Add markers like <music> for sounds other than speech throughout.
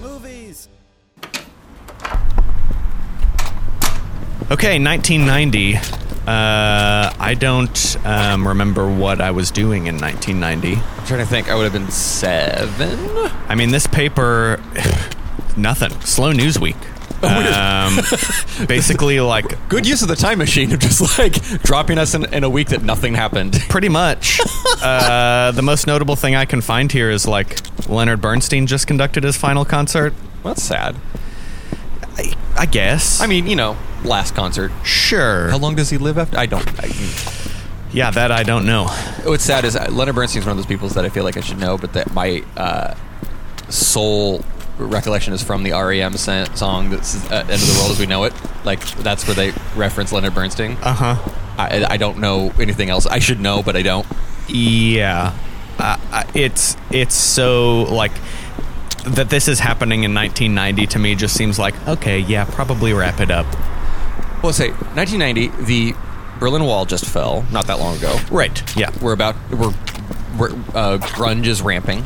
Movies. Okay, 1990. Uh, I don't um, remember what I was doing in 1990. I'm trying to think. I would have been seven. I mean, this paper, <sighs> nothing. Slow news week. Oh, Um, <laughs> basically, like Good use of the time machine of just like dropping us in, in a week that nothing happened. <laughs> pretty much. Uh, the most notable thing I can find here is like Leonard Bernstein just conducted his final concert. Well, that's sad. I, I guess. I mean, you know, last concert. sure. How long does he live after? I don't. I, Yeah, that I don't know. what's sad is uh, Leonard Bernstein's one of those people that I feel like I should know, but that my uh, sole recollection is from the REM sa- song that's uh, "End of the World as We Know It." Like that's where they reference Leonard Bernstein. Uh huh. I, I don't know anything else. I should know, but I don't. Yeah, uh, uh, it's it's so like that. This is happening in 1990 to me. Just seems like okay. Yeah, probably wrap it up. Well, say 1990, the Berlin Wall just fell not that long ago. Right. Yeah. We're about we're, we're uh, grunge is ramping.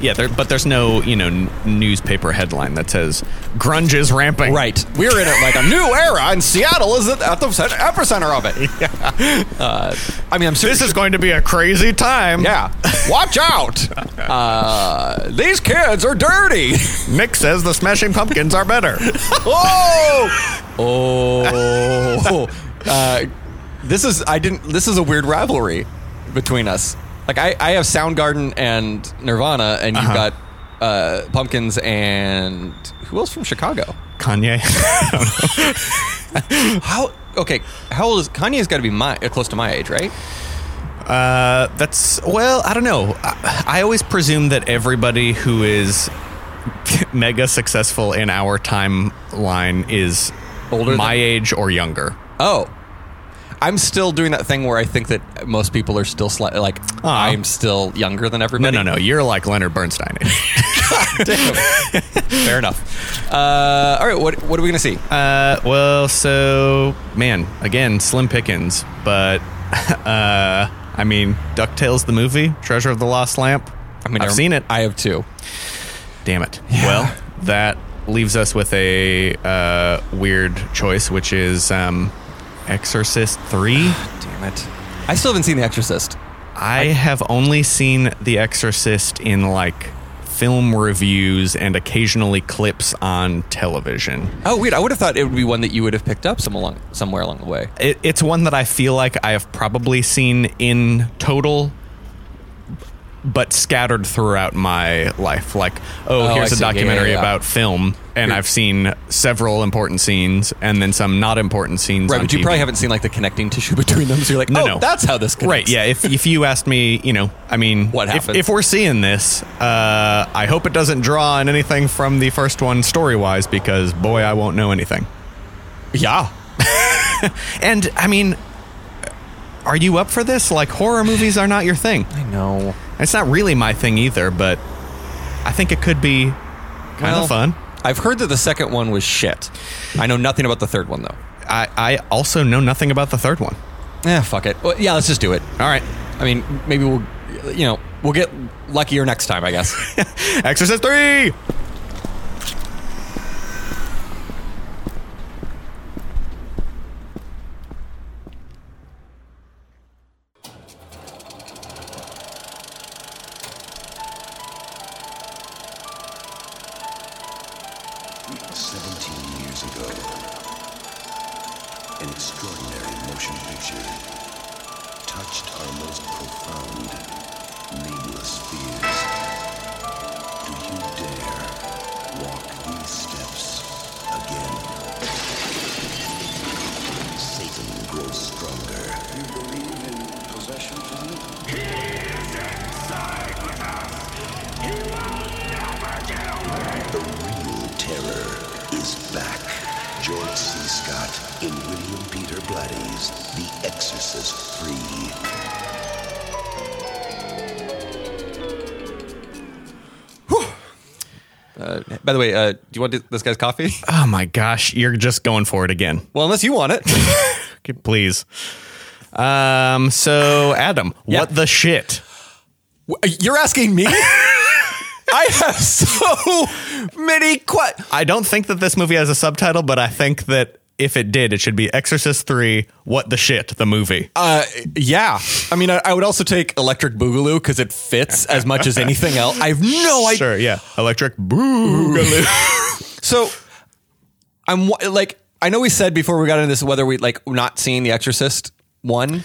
Yeah. There, but there's no you know n- newspaper headline that says grunge is ramping. Right. We're in it like a new era, and Seattle is at the cent- epicenter of <laughs> it. Uh, I mean, I'm serious. This is going to be a crazy time. yeah. Watch <laughs> out! Uh, these kids are dirty. Nick says the Smashing Pumpkins are better. <laughs> oh, oh. <laughs> Uh, this is I didn't. This is a weird rivalry between us. Like I, I have Soundgarden and Nirvana, and you've Uh-huh. got uh, Pumpkins and who else from Chicago? Kanye. <laughs> How? Okay, how old is Kanye's? Got to be my uh, close to my age, right? Uh, that's well, I don't know. I, I always presume that everybody who is <laughs> mega successful in our timeline is Older my than- age or younger. Oh, I'm still doing that thing where I think that most people are still sli- like I'm still younger than No, everybody. Uh-huh. no, no. You're like Leonard Bernstein. <laughs> <laughs> Damn. Fair enough. Uh, all right, what what are we gonna see? uh, well, so man, again, slim pickings, but <laughs> uh, I mean, Ducktales the movie, Treasure of the Lost Lamp. I mean, I've I'm- seen it. I have two. Damn it. Well, that leaves us with a uh, weird choice, which is um, Exorcist <sighs> 3. Damn it. I still haven't seen The Exorcist. I have only seen The Exorcist in like film reviews and occasionally clips on television. Oh, wait, I would have thought it would be one that you would have picked up some along somewhere along the way. It, it's one that I feel like I have probably seen in total. But scattered throughout my life, like oh, Oh, here's a I see. Yeah, yeah, documentary yeah. about film, and I've seen several important scenes, and then some not important scenes. Right, on but you TV. probably haven't seen like the connecting tissue <laughs> between them. So you're like, No, oh, no. that's how this connects. Right. Yeah. If if you asked me, you know, I mean, What if, happened? if we're seeing this? Uh, I hope it doesn't draw on anything from the first one story wise, because boy, I won't know anything. Yeah. <laughs> And I mean, are you up for this? Like horror movies are not your thing. I know. It's not really my thing either, but I think it could be kind Well, of fun. I've heard that the second one was shit. I know nothing about the third one though. I, I also know nothing about the third one. <laughs> Yeah, fuck it. Well, yeah, let's just do it. All right. I mean, maybe we'll, you know, we'll get luckier next time, I guess. <laughs> Exorcist 3! Seventeen years ago, an extraordinary motion picture touched our most profound, nameless fears. Do you dare walk these steps again? Satan grows stronger. You believe in possession, The real terror is back. George C. Scott in William Peter Blatty's The Exorcist 3. Uh, Uh, by the way, uh, do you want this guy's coffee? Oh my gosh, you're just going for it again. Well, unless you want it. <laughs> Okay, please. Um, so Adam, Yeah. what the shit? You're <laughs> asking me? I have so many questions. I don't think that this movie has a subtitle, but I think that if it did, it should be Exorcist 3, What the Shit, the movie. Uh, yeah. I mean, I, I would also take Electric Boogaloo because it fits as much as anything else. Oh, I have no <laughs> idea. sure, yeah. Electric Boogaloo. So I'm wa- like, I know we said before we got into this whether we like not seeing The Exorcist one.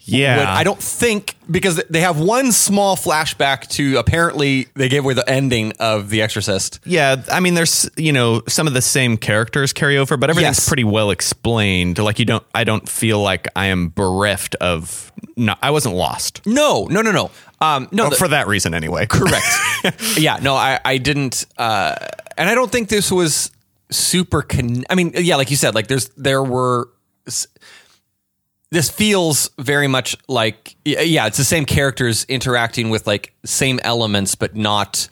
yeah. But I don't think because they have one small flashback to apparently they gave away the ending of The Exorcist. Yeah, I mean, there's you know some of the same characters carry over, but everything's Yes. pretty well explained. Like you don't, I don't feel like I am bereft of. No, I wasn't lost No, no, no, no. Um, no, the- for that reason anyway. Correct. yeah. No, I, I didn't. Uh, and I don't think this was super. Con- I mean, yeah, like you said, like there's there were. s- This feels very much like y- yeah, it's the same characters interacting with like same elements, but not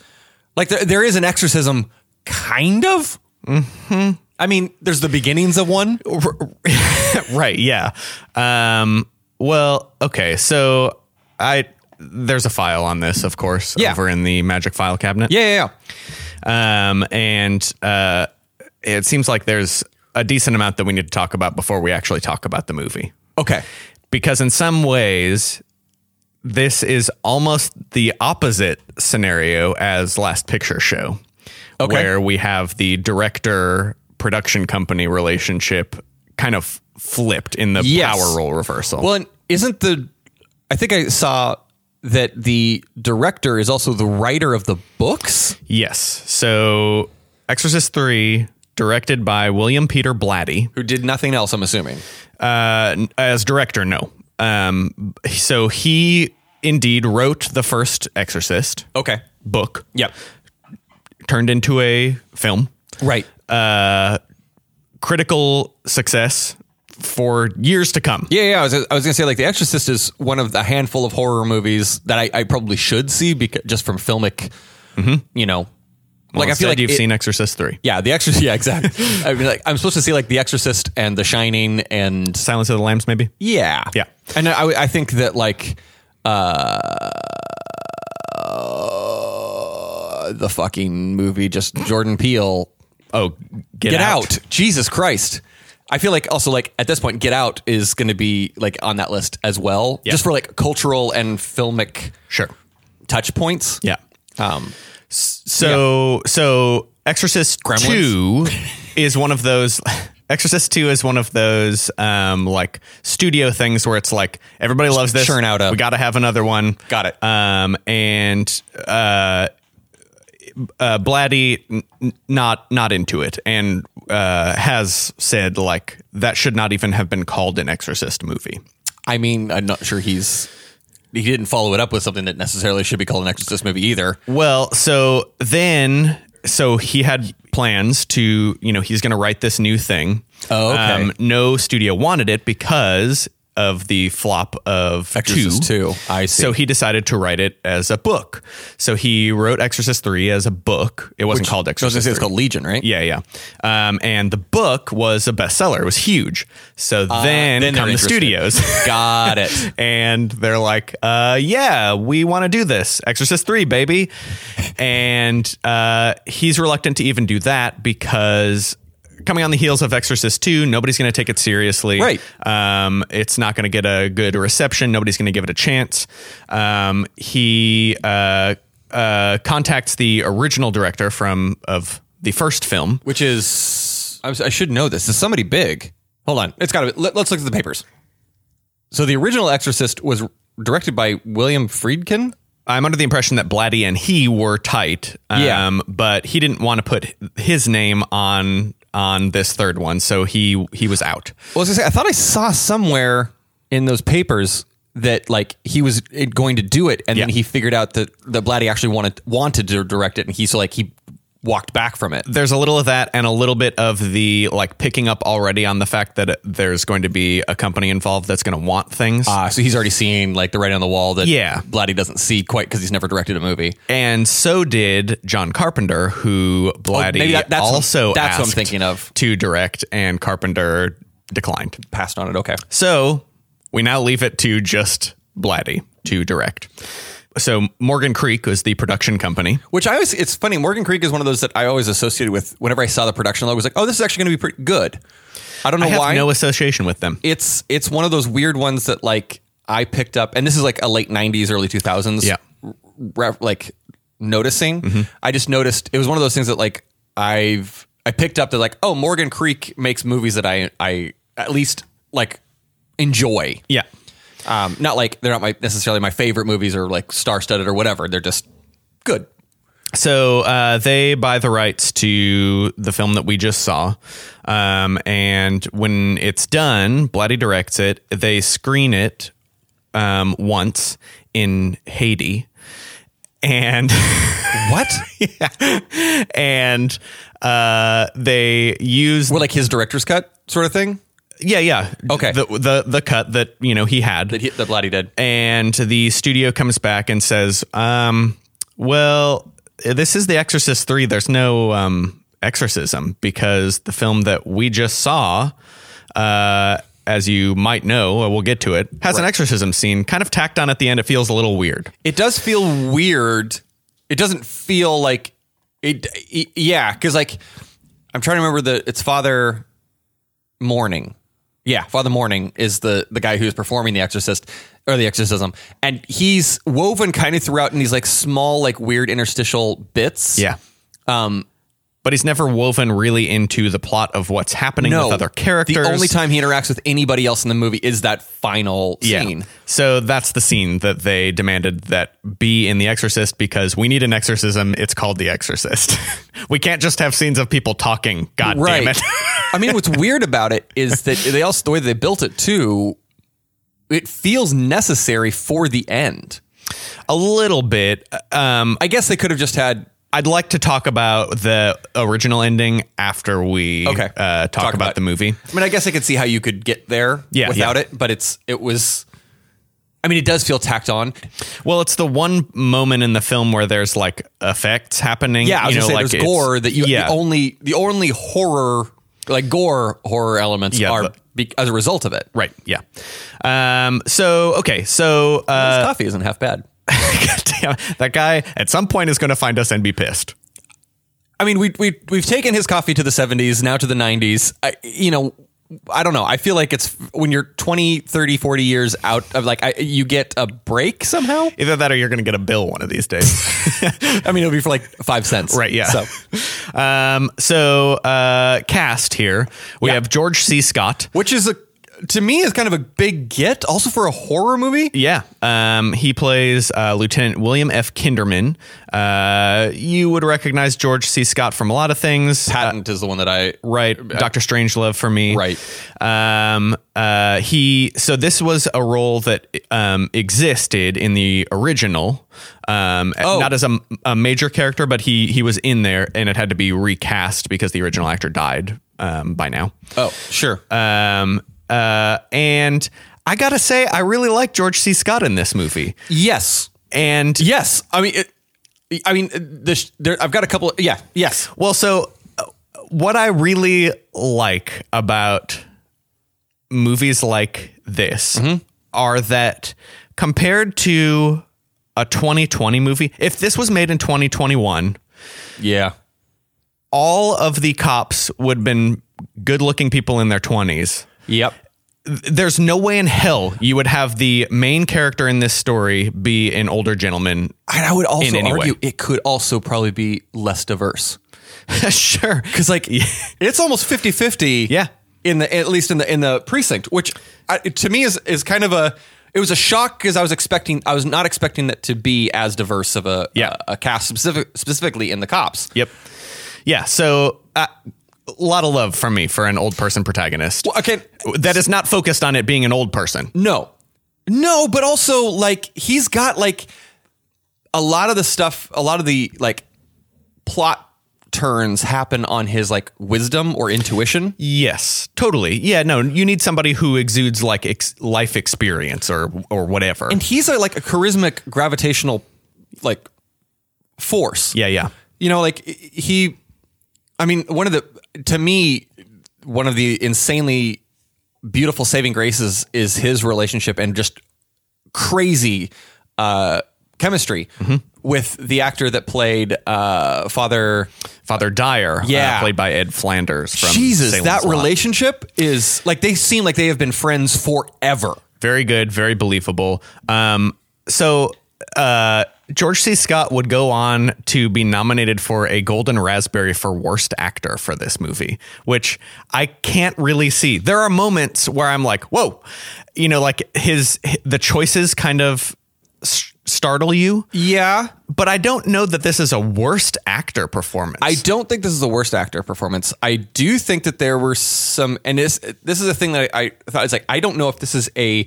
like there, there is an exorcism kind of. Mm-hmm. I mean, there's the beginnings of one. right? Yeah. Um. Well, okay. So I there's a file on this, of course, Yeah. over in the magic file cabinet. Yeah, yeah, yeah. Um. And uh, it seems like there's a decent amount that we need to talk about before we actually talk about the movie. Okay. because in some ways this is almost the opposite scenario as last picture show Okay. where we have the director production company relationship kind of flipped in the Yes. power role reversal Well, and isn't the? I think I saw that the director is also the writer of the books. yes so exorcist 3 directed by william peter blatty who did nothing else. I'm assuming. uh, as director no um, so he indeed wrote the first exorcist Okay. book Yep. turned into a film Right. critical success for years to come. yeah, yeah. I was, I was gonna say like The Exorcist is one of the handful of horror movies that I, I probably should see because just from filmic, you know, like I feel like you've it- seen Exorcist three, Yeah, The Exorcist. <laughs> Yeah, exactly. I mean, like I'm supposed to see like The Exorcist and The Shining and Silence of the Lambs, maybe. Yeah. Yeah. And I, I think that like uh the fucking movie just Jordan Peele Oh, get, Get out. Jesus Christ. I feel like also like at this point Get Out is going to be like on that list as well. Yeah. Just for like cultural and filmic Sure. touch points. Yeah. Um So so Exorcist Gremlins. two <laughs> is one of those. Exorcist two is one of those um, like studio things where it's like everybody loves this. Churn out a- we got to have another one. Got it. Um, and uh, Blatty n- n- not not into it, and uh, has said like that should not even have been called an Exorcist movie. I mean, I'm not sure he's he didn't follow it up with something that necessarily should be called an Exorcist movie either. Well, so then, so he had plans to, you know, he's going to write this new thing. Um, Oh, okay. no studio wanted it because of the flop of Exorcist two. two. I see. So he decided to write it as a book. So he wrote Exorcist three as a book. It wasn't called I was going to Exorcist. say III. it's called Legion, right? Yeah, yeah. Um, and the book was a bestseller. It was huge. So then, Ah, then they're come the interested. studios. <laughs> Got it. <laughs> and they're like, uh, yeah, we want to do this. Exorcist 3, baby. And uh, he's reluctant to even do that because coming on the heels of Exorcist 2, nobody's going to take it seriously. Right. Um, it's not going to get a good reception. Nobody's going to give it a chance. Um, he uh, uh, contacts the original director from of the first film. Which is I, was- I should know this. Is somebody big? Hold on. It's got to be. Let, us look at the papers. So the original Exorcist was directed by William Friedkin. I'm under the impression that Blatty and he were tight. Um, Yeah. But he didn't want to put his name on on this third one, so he he was out. Well, I was gonna say, I thought I saw somewhere in those papers that like he was eh, going to do it, and then Yeah. he figured out that the Blatty actually wanted wanted to direct it, and he so like he walked back from it. there's a little of that and a little bit of the like picking up already on the fact that there's going to be a company involved that's going to want things. Uh, so he's already seeing like the writing on the wall that Yeah. Blatty doesn't see quite because he's never directed a movie. and so did John Carpenter, who Blatty Oh, maybe that- that's what- also that's what I'm asked thinking of. to direct, and Carpenter declined. Passed on it. Okay. So we now leave it to just Blatty to direct. So Morgan Creek was the production company. Which I always, it's funny. Morgan Creek is one of those that I always associated with. Whenever I saw the production logo, I was like, oh, this is actually going to be pretty good. I don't know I have why. no association with them. it's it's one of those weird ones that like I picked up, and this is like a late '90s, early 2000s. Yeah. Mm-hmm. re- like noticing. I just noticed it was one of those things that like I've I picked up that like oh Morgan Creek makes movies that I I at least like enjoy. yeah. Um, not like they're not my necessarily my favorite movies or like star studded or whatever. They're just good. So uh, they buy the rights to the film that we just saw, um, and when it's done, Blatty directs it. They screen it um, once in Haiti, and <laughs> What? and uh, they use We're like his director's cut sort of thing yeah yeah Okay. the the, the cut that you know he had that he, that Blatty did. and the studio comes back and says, um, "Well, this is The Exorcist three. There's no um, exorcism because the film that we just saw, uh, as you might know, uh, we'll get to it, has an exorcism scene kind of tacked on at the end. It feels a little weird. It does feel weird. It doesn't feel like it. y- yeah, because like I'm trying to remember the it's Father Morning. Yeah, Father Morning is the the guy who's performing the exorcist or the exorcism, and he's woven kind of throughout in these like small like weird interstitial bits. Um, but he's never woven really into the plot of what's happening no with other characters. The only time he interacts with anybody else in the movie is that final scene. So that's the scene that they demanded that be in The Exorcist because we need an exorcism. It's called The Exorcist. <laughs> we can't just have scenes of people talking. God damn it. <laughs> I mean, what's weird about it is that they also the way they built it too. It feels necessary for the end. A little bit. Um, I guess they could have just had. I'd like to talk about the original ending after we Okay. uh, talk, about, the movie. I mean, I guess I could see how you could get there Yeah, without yeah. it, but it's it was. I mean, it does feel tacked on. Well, it's the one moment in the film where there's like effects happening. Yeah, I was you gonna say know, like there's it's- gore that you yeah. the only the only horror like gore horror elements Yeah, are but- be, as a result of it. Right. Yeah. Um, so, okay. So, uh, This coffee isn't half bad. <laughs> God damn, that guy at some point is going to find us and be pissed. I mean, we we we've taken his coffee to the 70s, now to the 90s. I, you know, I don't know. I feel like it's when you're 20, 30, 40 years out of like I, you get a break somehow. Either that or you're going to get a bill one of these days. I mean, it'll be for like 5 cents. right. Yeah. So, So, um, so uh, cast here, we Yeah. have George C. Scott. which is a to me is kind of a big get also for a horror movie. Yeah. Um, he plays uh, Lieutenant William F. Kinderman. Uh, you would recognize George C. Scott from a lot of things. Uh, Patent is the one that I Right, Doctor Strangelove for me. Uh, Right. Um. Uh. He. So this was a role that um existed in the original. Um. Oh. Not as a, a major character, but he he was in there, and it had to be recast because the original actor died. Um. By now. Oh, sure. Um. Uh. And I gotta say, I really like George C. Scott in this movie. yes. And Yes. I mean, it, I mean, the, sh- there, I've got a couple. yeah. Yes. Well, so uh, what I really like about movies like this are that compared to a 2020 movie, if this was made in 2021, Yeah. all of the cops would have been good looking people in their 20s. Yep. Th- There's no way in hell you would have the main character in this story be an older gentleman. <laughs> And I would also any way. argue it could also probably be less diverse. sure. <laughs> because like it's almost 50 50 Yeah. in the at least in the in the precinct which I, to me is is kind of a it was a shock because i was expecting i was not expecting that to be as diverse of a Yeah. a, a cast specific, specifically in the cops Yep. Yeah. So uh, a lot of love from me for an old person protagonist. Well, okay that is not focused on it being an old person. no no but also like he's got like a lot of the stuff a lot of the like plot turns happen on his like wisdom or intuition. Yes, totally. Yeah, no, you need somebody who exudes like ex- life experience or or whatever. And he's a, like a charismatic gravitational like force. yeah, yeah. You know, like he I mean, one of the to me one of the insanely beautiful saving graces is his relationship and just crazy uh chemistry Mm-hmm. with the actor that played uh father Father Dyer, uh, Yeah. played by Ed Flanders from Jesus, Salem's that Lot. relationship is like they seem like they have been friends forever. Very good, very believable. Um, so uh, George C. Scott would go on to be nominated for a Golden Raspberry for Worst Actor for this movie, which I can't really see. There are moments where I'm like, "Whoa," you know, like his the choices kind of s- startle you, Yeah. but I don't know that this is a worst actor performance. I don't think this is the worst actor performance. I do think that there were some, and this this is a thing that I, I thought it's like I don't know if this is a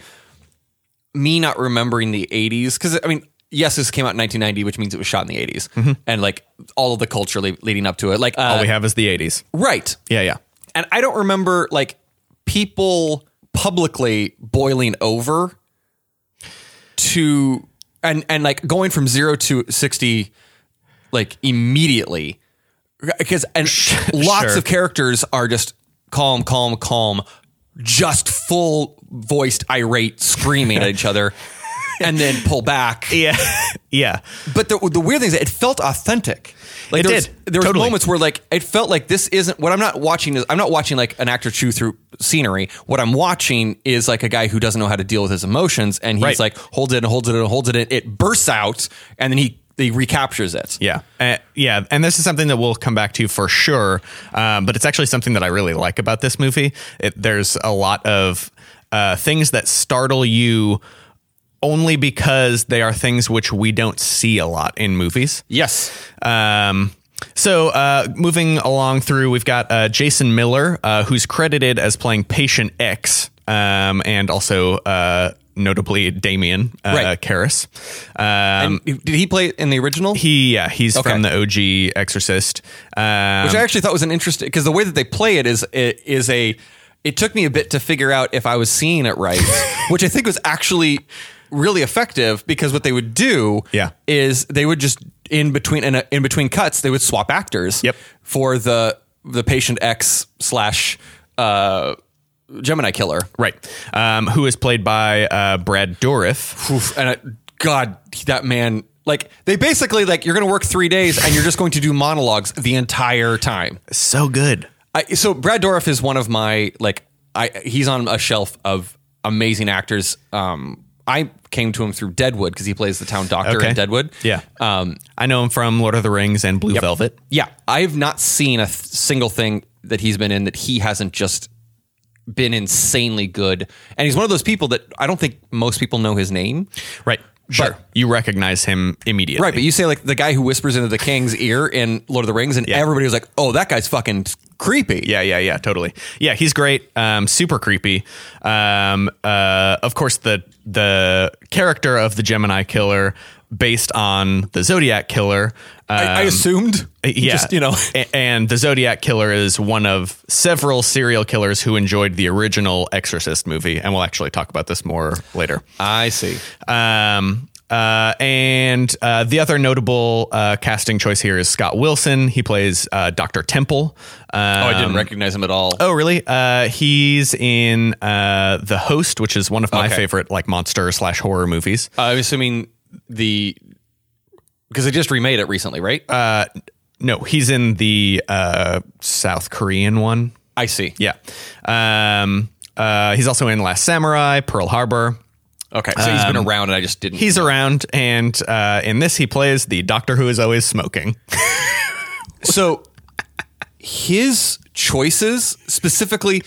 me not remembering the '80s because I mean, yes, this came out in 1990, which means it was shot in the '80s, and like all of the culture le- leading up to it, like all uh, we have is the '80s. right, Yeah, yeah. and I don't remember like people publicly boiling over to and and like going from zero to sixty like immediately because and <laughs> lots sure. of characters are just calm, calm, calm, just full voiced irate screaming at <laughs> each other. And then pull back. Yeah, <laughs> yeah. But the, the weird thing is, it felt authentic. Like It there was- did. there were Totally. moments where like it felt like this isn't what I'm not watching is I'm not watching like an actor chew through scenery. What I'm watching is like a guy who doesn't know how to deal with his emotions, and he's Right. like holds it and holds it and holds it. And it bursts out, and then he he recaptures it. Yeah, uh, yeah, and this is something that we'll come back to for sure. Um, but it's actually something that I really like about this movie. It, there's a lot of uh, things that startle you only because they are things which we don't see a lot in movies. Yes. Um, so uh, moving along through, we've got uh, Jason Miller, uh, who's credited as playing Patient X, um, and also uh, notably Damien uh, Right. Karras. Um, And did he play in the original? he yeah, he's Okay. from the OG Exorcist. Um, which I actually thought was an interesting because the way that they play it is it is a. It took me a bit to figure out if I was seeing it <laughs> right, which I think was actually really effective because what they would do Yeah. is they would just in between in, a, in between cuts they would swap actors Yep. for the the patient X slash uh, Gemini killer right, um, who is played by uh, Brad Dourif. Oof, and I, God, that man. Like they basically like you're going to work three days and you're just going to do monologues the entire time. So good. I, so Brad Dourif is one of my like I he's on a shelf of amazing actors. Um, I came to him through Deadwood because he plays the town doctor Okay. in Deadwood. Yeah. Um, I know him from Lord of the Rings and Blue Velvet. yeah. I have not seen a th- single thing that he's been in that he hasn't just been insanely good. And he's one of those people that I don't think most people know his name. Right. Sure. you recognize him immediately. Right, but you say like the guy who whispers into the king's ear in Lord of the Rings, and everybody was like, "Oh, that guy's fucking creepy." Yeah, yeah, yeah, totally. Yeah, he's great. Um, super creepy. Um, uh, of course, the the character of the Gemini Killer, based on the Zodiac Killer. I, I um, assumed. yeah, Just, you know. A- and the Zodiac Killer is one of several serial killers who enjoyed the original Exorcist movie, and we'll actually talk about this more later. I see. Um, uh, and uh, the other notable uh, casting choice here is Scott Wilson. He plays uh, Doctor Temple. Um, Oh, I didn't recognize him at all. Oh, really? Uh, he's in uh, The Host, which is one of my Okay. favorite like monster slash horror movies. Uh, I'm assuming the because they just remade it recently, right? No, he's in the uh, South Korean one. I see. Yeah. Um, uh, he's also in Last Samurai, Pearl Harbor. Okay, so um, he's been around, and I just didn't. He's around, and uh, in this, he plays the doctor who is always smoking. <laughs> so his choices specifically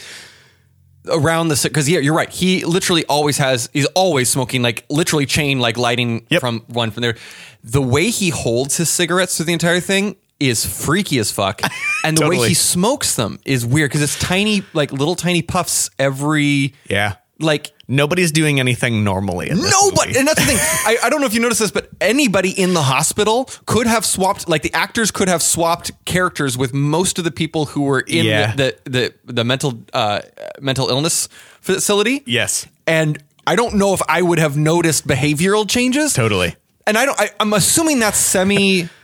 around the because yeah, you're right. He literally always has. He's always smoking, like literally chain, like lighting Yep. from one from there. The way he holds his cigarettes through the entire thing is freaky as <laughs> fuck, and the way Totally. he smokes them is weird because it's tiny, like little tiny puffs every Yeah. like nobody's doing anything normally. In this Nobody, movie. and that's the thing. I, I don't know if you noticed this, but anybody in the hospital could have swapped. Like the actors could have swapped characters with most of the people who were in Yeah. the, the the the mental uh, mental illness facility. Yes. and I don't know if I would have noticed behavioral changes. Totally. and I don't. I, I'm assuming that's semi. <laughs>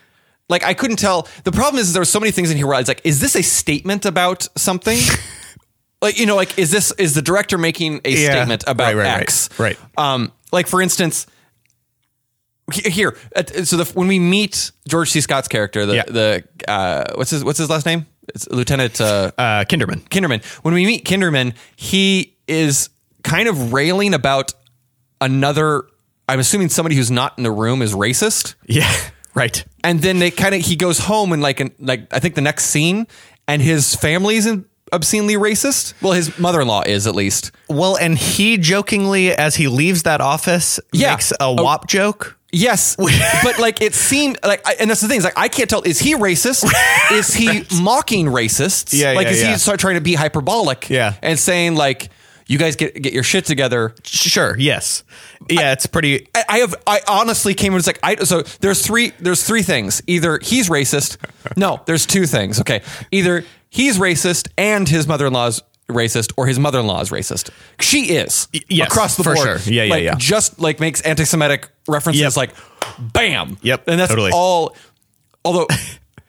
like I couldn't tell. The problem is, is there were so many things in here where I was like, "Is this a statement about something?" <laughs> like you know, like is this is the director making a Yeah. statement about Right, right, right, X? right. Um, like for instance. he- Here, at- so the, when we meet George C. Scott's character, the Yeah. the uh, what's his what's his last name? It's Lieutenant uh, Uh, Kinderman. <laughs> Kinderman. When we meet Kinderman, he is kind of railing about another. I'm assuming somebody who's not in the room is racist. Yeah. Right. And then they kind of he goes home and like an, like I think the next scene, and his family's in, obscenely racist. Well, his mother-in-law is at least. Well, and he jokingly, as he leaves that office, Yeah. makes a wop joke. Yes, but like it seemed like, I, and that's the thing is like I can't tell is he racist? <laughs> is he mocking racists? Yeah, like yeah, is yeah. he start trying to be hyperbolic? Yeah. and saying like you guys get get your shit together. Sure. Yes. Yeah. it's pretty. I- I have I honestly came and was like I so there's three there's three things. Either he's racist. <laughs> No, there's two things. Okay. Either he's racist and his mother-in-law's racist or his mother-in-law is racist. She is. yes, across the for board. sure. Yeah, yeah, Like, yeah. Just like makes anti-Semitic references Yep. like bam. Yep, And that's totally. all although <laughs>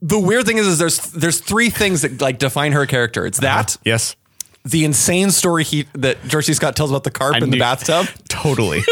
the weird thing is, is there's there's three things that like define her character. It's that Yes. the insane story he that George C. Scott tells about the carp in the knew- <laughs> bathtub. <laughs> Totally.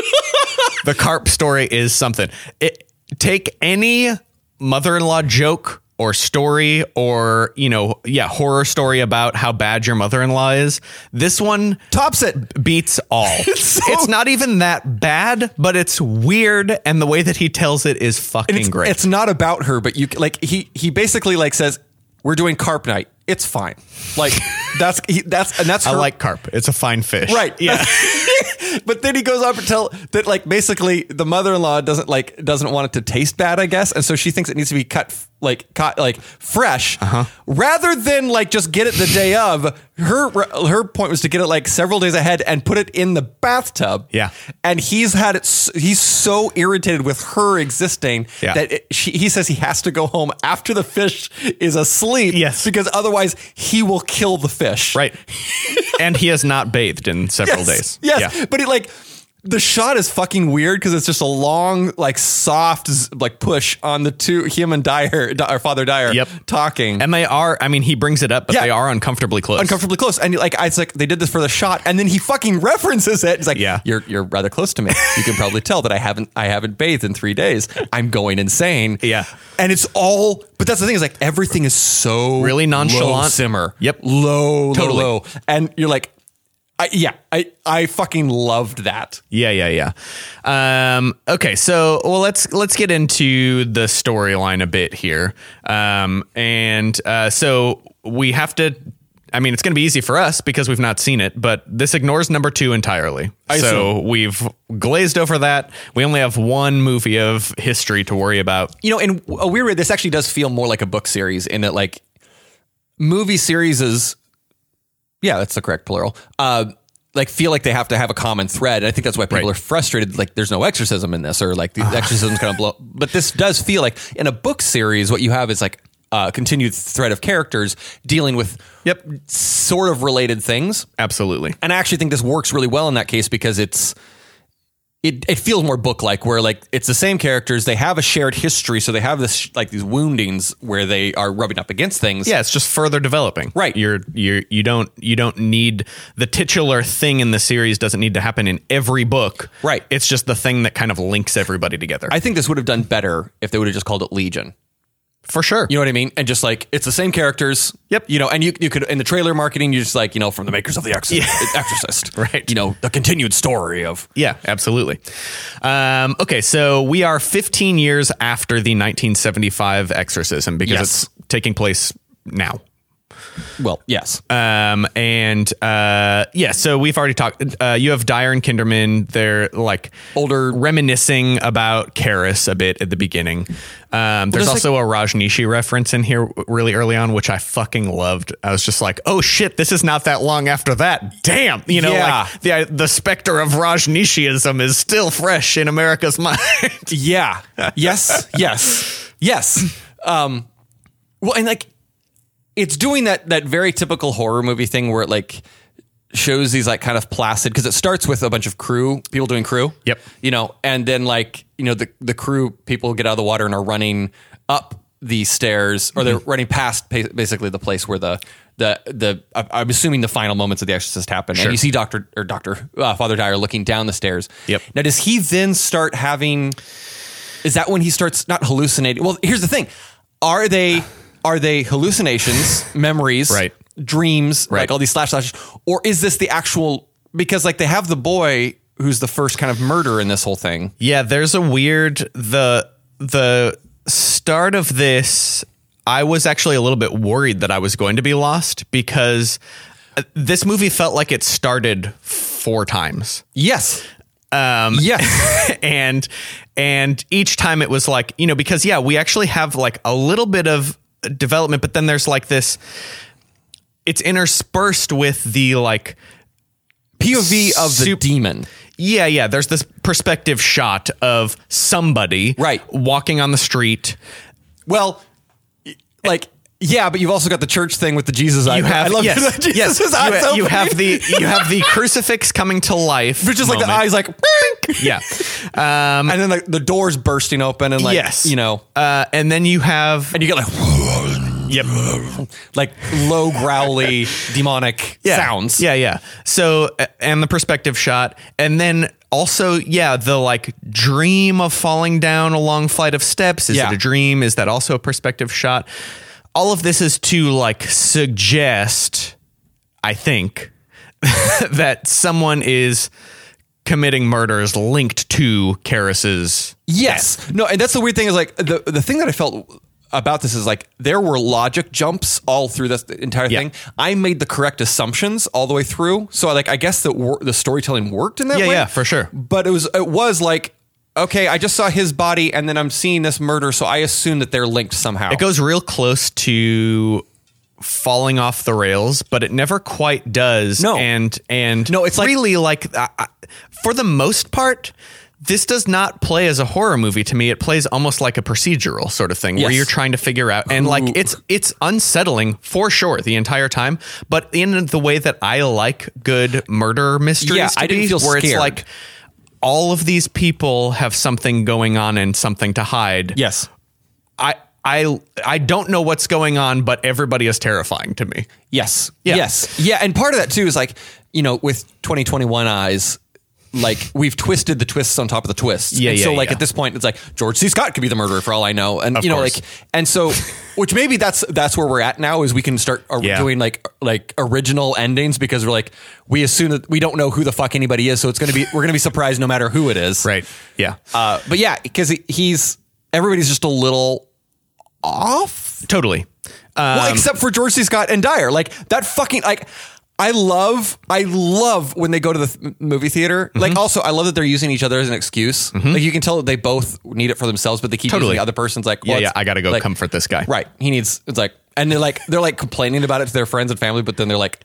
the carp story is something. It, take any mother-in-law joke or story or, you know, yeah, horror story about how bad your mother-in-law is. This one Tops it. beats <laughs> all. it's, not even that bad, but it's weird and the way that he tells it is fucking it's, great. it's not about her, but you like he he basically like says we're doing carp night. It's fine. <laughs> Like that's he, that's and that's I her, like carp. It's a fine fish. right. Yeah. <laughs> but then he goes on to tell that like basically the mother-in-law doesn't like doesn't want it to taste bad, I guess, and so she thinks it needs to be cut f- like cut like fresh Uh-huh. rather than like just get it the day of. Her her point was to get it like several days ahead and put it in the bathtub. Yeah. and he's had it. s- He's so irritated with her existing Yeah. that it, she, he says he has to go home after the fish is asleep. Yes. because otherwise he will kill the fish. <laughs> Right. and he has not bathed in several days. Yes, Yeah. but it like the shot is fucking weird because it's just a long, like soft, z- like push on the two him and Dyer, Di- or Father Dyer, Yep. talking And they are, I mean, he brings it up, but Yeah. they are uncomfortably close. uncomfortably close. And like I, it's like they did this for the shot, and then he fucking references it. He's like, Yeah. you're you're rather close to me. You can probably tell that I haven't I haven't bathed in three days. I'm going insane. Yeah. and it's all. But that's the thing is like everything is so Really nonchalant. low simmer. Yep. low, Totally. low, low, and you're like. I, yeah, I, I fucking loved that. Yeah, yeah, yeah. Um, okay, so well, let's let's get into the storyline a bit here, um, and uh, so we have to. I mean, it's going to be easy for us because we've not seen it, but this ignores number two entirely. so we've glazed over that. We only have one movie of history to worry about. you know, in a weird way, this actually does feel more like a book series in that, like, movie series is, yeah, that's the correct plural. Uh, like, feel like they have to have a common thread. And I think that's why people Right. Ah. are frustrated. Like, there's no exorcism in this, or like the exorcism's kind <laughs> of blow. But this does feel like in a book series, what you have is like a continued thread of characters dealing with Yep. sort of related things. Absolutely. And I actually think this works really well in that case because it's it, it feels more book like where like it's the same characters they have a shared history so they have this like these woundings where they are rubbing up against things Yeah, it's just further developing. Right. You're you you don't you don't need the titular thing in the series doesn't need to happen in every book. Right. It's just the thing that kind of links everybody together. I think this would have done better if they would have just called it Legion For sure. you know what I mean and just like it's the same characters Yep. you know and you you could in the trailer marketing you just like you know from the makers of the Exorcist, <laughs> Exorcist Right. you know the continued story of yeah, absolutely. Um, okay, so we are 15 years after the 1975 exorcism because Yes. it's taking place now. Well, yes. Um, and uh, yeah, so we've already talked. Uh, you have Dyer and Kinderman. They're like Older- reminiscing about Karis a bit at the beginning. Um, there's there's, also a Rajnishi reference in here really early on, which I fucking loved. I was just like, oh shit, this is not that long after that. Damn, you know, Yeah. like the the specter of Rajnishiism is still fresh in America's <laughs> mind. Yeah. Yes. yes. Yes. Um, well, and like it's doing that that very typical horror movie thing where it like shows these like kind of placid because it starts with a bunch of crew people doing crew. Yep. You know, and then like you know the the crew people get out of the water and are running up the stairs or Mm-hmm. they're running past pa- basically the place where the the the I- I'm assuming the final moments of The Exorcist happen and you see Doctor or Doctor uh, Father Dyer looking down the stairs. Yep. Now does he then start having? Is that when he starts not hallucinating? Well, here's the thing: are they are they hallucinations, memories, Right. Dreams, Right. like all these slash slashes, or is this the actual? Because like they have the boy who's the first kind of murder in this whole thing. Yeah, there's a weird the the start of this. I was actually a little bit worried that I was going to be lost because uh, this movie felt like it started four times Yes. Um, yes. <laughs> and and each time it was like you know because yeah we actually have like a little bit of development but then there's like this it's interspersed with the like POV of the Sup- demon. yeah yeah there's this perspective shot of somebody Right. walking on the street Well, like yeah, but you've also got the church thing with the Jesus. eye. you have I love yes, that <laughs> Jesus yes, you, eyes you open. have the you have the crucifix coming to life <laughs> It's just like the moment. eyes like <laughs> "Boink!" yeah and then like the doors bursting open and like yes you know uh, and then you have and you get like <laughs> yep like low growly demonic sounds. yeah yeah so a- and the perspective shot and then also yeah the like dream of falling down a long flight of steps is Yeah. it a dream is that also a perspective shot all of this is to like suggest i think <laughs> that someone is committing murders linked to Karis's <laughs> Yes. No, and that's the weird thing is like the the thing that I felt about this is like there were logic jumps all through this entire Yeah. thing. I made the correct assumptions all the way through. So like I guess the wor- the storytelling worked in that Yeah, way. yeah, for sure. But it was it was like okay, I just saw his body and then I'm seeing this murder, so I assume that they're linked somehow. It goes real close to falling off the rails, but it never quite does. No. and and No, it's like- really like I, I- for the most part. This does not play as a horror movie to me. It plays almost like a procedural sort of thing where Yes. you're trying to figure out and like Ooh. it's it's unsettling for sure the entire time, but in the way that I like good murder mysteries Yeah, to I didn't be, feel where it's scared. like all of these people have something going on and something to hide. yes. I I I don't know what's going on, but everybody is terrifying to me. Yes. Yeah. Yes. Yeah. And part of that too is like, you know, with 2021 eyes, like we've twisted the twists on top of the twists. Yeah, And yeah, so like yeah. at this point, it's like George C. Scott could be the murderer for all I know. And you know, course. like and <laughs> so which maybe that's that's where we're at now is we can start ar- Yeah. doing like like original endings because we're like we assume that we don't know who the fuck anybody is, so it's gonna be we're gonna be surprised no matter who it is. Yeah. Uh, but yeah, because he's everybody's just a little off totally. Um, well, except for George C. Scott and Dyer. Like that fucking like. I love, I love when they go to the th- movie theater. Mm-hmm. Like, also, I love that they're using each other as an excuse. Like, you can tell that they both need it for themselves, but they keep Totally. using the other person's like, yeah, well, yeah. it's- I gotta go like- comfort this guy. Right, he needs. It's like, and they're like, they're like complaining about it to their friends and family, but then they're like,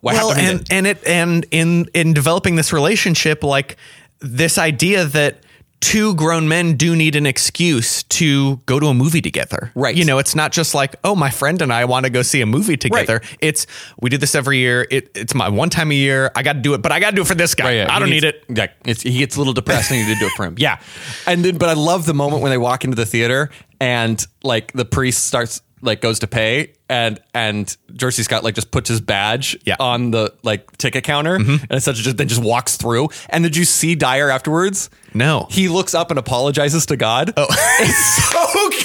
what Well, happened? and and it and in in developing this relationship, like this idea that two grown men do need an excuse to go to a movie together. Right. You know, it's not just like, oh, my friend and I want to go see a movie together. It's we do this every year. It, it's my one time a year. I got to do it, but I got to do it for this guy. Yeah, I he don't need needs- it. Yeah, it's, he gets a little depressed and he need to do it for him. <laughs> Yeah, and then but I love the moment when they walk into the theater and like the priest starts like goes to pay and and George C. Scott like just puts his badge Yeah. Mm-hmm. on the like ticket counter and it's such a, just then just walks through. And did you see Dyer afterwards? No. He looks up and apologizes to God. Oh, <laughs> it's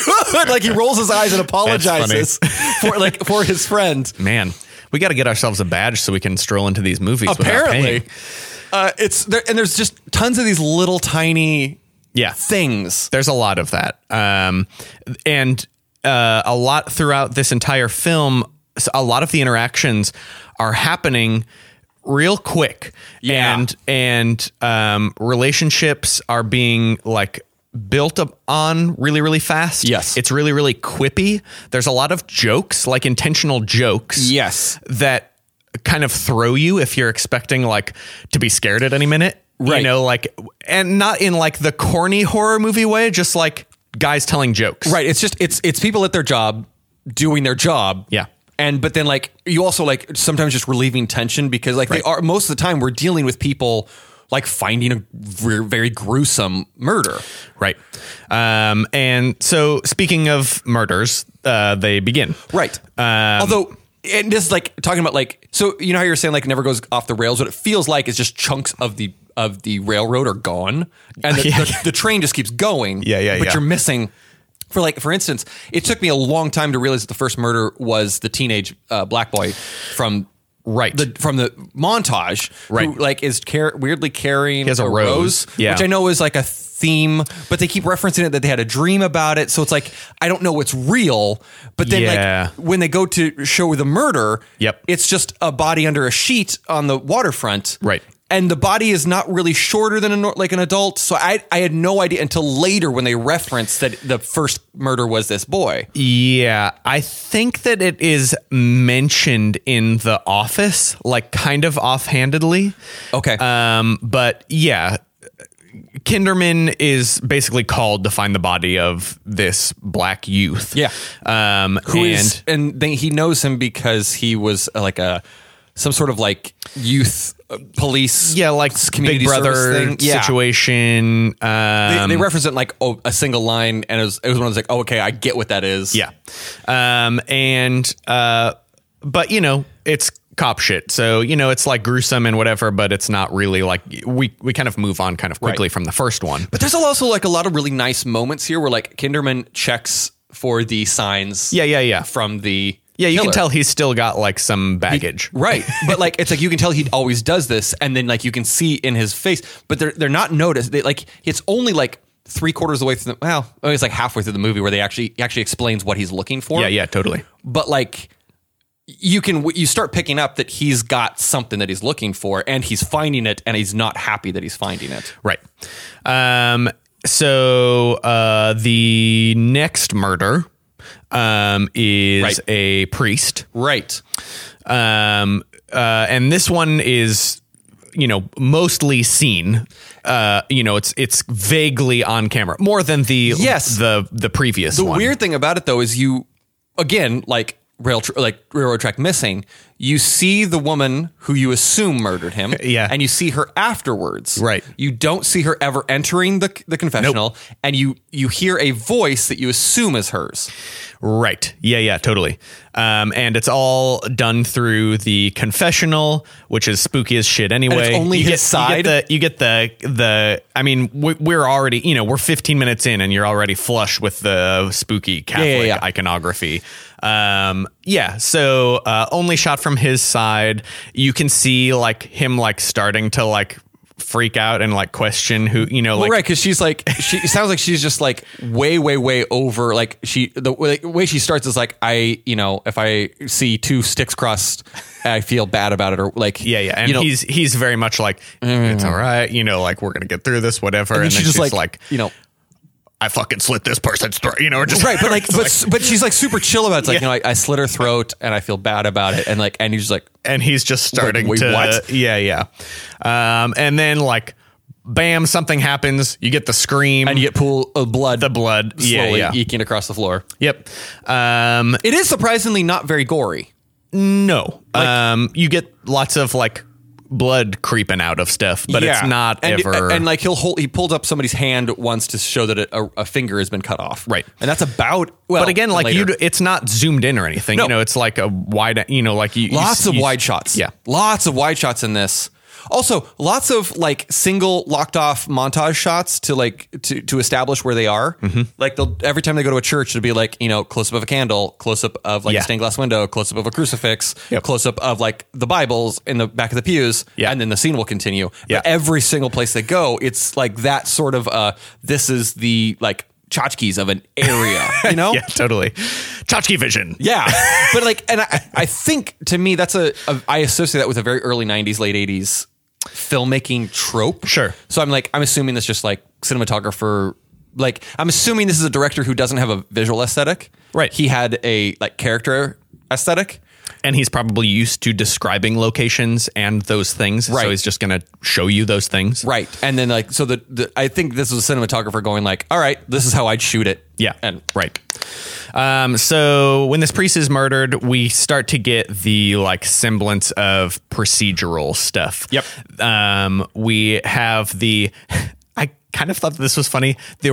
so good! Like he rolls his eyes and apologizes for like for his friend. Man, we got to get ourselves a badge so we can stroll into these movies. without paying. apparently uh, it's there and there's just tons of these little tiny yeah. things There's a lot of that, um, and uh, a lot throughout this entire film s- a lot of the interactions are happening real quick Yeah. and and um, relationships are being like built up on really really fast Yes. it's really really quippy there's a lot of jokes like intentional jokes Yes. that kind of throw you if you're expecting like to be scared at any minute you Right. know like and not in like the corny horror movie way just like guys telling jokes Right. It's just it's it's people at their job doing their job. Yeah. And but then like you also like sometimes just relieving tension because like they are most of the time we're dealing with people like finding a ver- very gruesome murder. Right. Um, and so, speaking of murders, uh, they begin. Right. Um, Although and this is like talking about like so you know how you're saying like it never goes off the rails what it feels like is just chunks of the of the railroad are gone <laughs> and the, the, the train just keeps going. Yeah, yeah, But yeah. you're missing for like for instance, it took me a long time to realize that the first murder was the teenage uh, black boy from Right. the from the montage Right. who like is car- weirdly carrying has a rose. Yeah. which I know is like a theme, but they keep referencing it that they had a dream about it. So it's like I don't know what's real, but then Yeah. like when they go to show the murder, Yep. it's just a body under a sheet on the waterfront, Right. And the body is not really shorter than a nor- like an adult, so I I had no idea until later when they referenced that the first murder was this boy. yeah, I think that it is mentioned in The Office, like kind of offhandedly. Okay, Um, but yeah, Kinderman is basically called to find the body of this black youth. Yeah. Um, Who and is- and they, he knows him because he was uh, like a some sort of like youth uh, police yeah, like s- Big community service Brother thing. Yeah. situation. Um, They, they reference it in like oh, a single line, and it was, it was one of those like, oh, okay, I get what that is. Yeah. Um, and, uh, but you know, it's cop shit. So, you know, it's like gruesome and whatever, but it's not really like we, we kind of move on kind of quickly from the first one. But there's also like a lot of really nice moments here where like Kinderman checks for the signs. Yeah, yeah, yeah. From the Yeah. You killer. can tell he's still got like some baggage. Right. But like it's like you can tell he always does this and then like you can see in his face, but they're they're not noticed. They like it's only like three quarters of the way through the well, I mean, it's like halfway through the movie where they actually he actually explains what he's looking for. Yeah. Yeah. Totally. But like you can you start picking up that he's got something that he's looking for and he's finding it and he's not happy that he's finding it. Right. Um, so uh, the next murder um, is Right. a priest. Right. Um, uh, and this one is, you know, mostly seen. Uh, you know, it's it's vaguely on camera more than the Yes. the the previous The one. weird thing about it though is you again like rail tr- like railroad track missing. You see the woman who you assume murdered him, <laughs> Yeah. and you see her afterwards. Right. You don't see her ever entering the the confessional, and you you hear a voice that you assume is hers. right? Yeah, yeah, totally. Um, and it's all done through the confessional, which is spooky as shit. Anyway, only his side? You get the you get the the. I mean, we, we're already you know we're 15 minutes in, and you're already flush with the spooky Catholic yeah, yeah. iconography. Um, yeah, so uh, only shot from his side. You can see like him like starting to like freak out and like question who you know like right, because she's like she it sounds like she's just like way way way over. Like she the way, the way she starts is like I you know if I see two sticks crossed, I feel bad about it or like Yeah, yeah, and you know, Mm. he's he's very much like it's all right, you know, like we're gonna get through this, whatever. And, and then she's just like, like, you know I fucking slit this person's throat, you know, or just right but like but, but she's like super chill about it it's like you know I, I slit her throat and i feel bad about it and like and he's just like <laughs> and he's just starting wait, to what? yeah, yeah, um, and then like, bam, something happens, you get the scream, and you get pool of blood the blood, yeah, slowly yeah, eking across the floor yep, um, it is surprisingly not very gory no, um, you get lots of like blood creeping out of stuff, but it's not and, ever and, like he'll hold he pulled up somebody's hand once to show that a, a, a finger has been cut off Right. and that's about well but again, like you, later. it's not zoomed in or anything. No. You know, it's like a wide, you know, like you you- lots of you- wide shots. Yeah. Lots of wide shots in this. Also, lots of like single locked off montage shots to like to to establish where they are. Mm-hmm. Like they'll every time they go to a church, it'll be like you know close up of a candle, close up of like Yeah. a stained glass window, close up of a crucifix, Yep. close up of like the Bibles in the back of the pews, Yeah. and then the scene will continue. Yeah. But every single place they go, it's like that sort of uh this is the like tchotchkes of an area, <laughs> you know? Yeah, totally. Tchotchke vision. <laughs> Yeah, but like, and I, I think to me that's a, a I associate that with a very early '90s, late '80s filmmaking trope. Sure. So I'm like, I'm assuming this just like cinematographer, like I'm assuming this is a director who doesn't have a visual aesthetic. Right. He had a like character aesthetic. And he's probably used to describing locations and those things. Right. So he's just going to show you those things. Right. And then like, so the, the I think this was a cinematographer going like, all right, this is how I'd shoot it. Yeah. And right. Um, so when this priest is murdered, we start to get the like semblance of procedural stuff. Yep. Um, we have the. <laughs> I kind of thought this was funny. The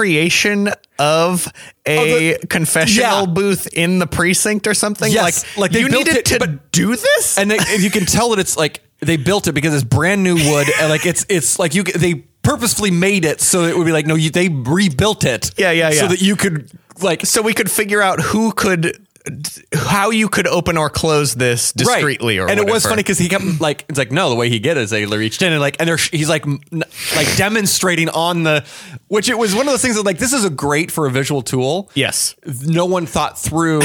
recreation of a confessional yeah. booth in the precinct or something. Yes, Like, like they you built needed it, to but- do this. and they, and you can tell that it's like they built it because it's brand new wood and like it's it's like you c- they purposefully made it so it would be like no you they rebuilt it Yeah, yeah, yeah. so that you could like so we could figure out who could, how you could open or close this discreetly or and it was whatever. funny because he kept like it's like no the way he did it is they reached in and like and they're, he's like n- like demonstrating on the which it was one of those things that like this is a great for a visual tool Yes. no one <laughs> thought through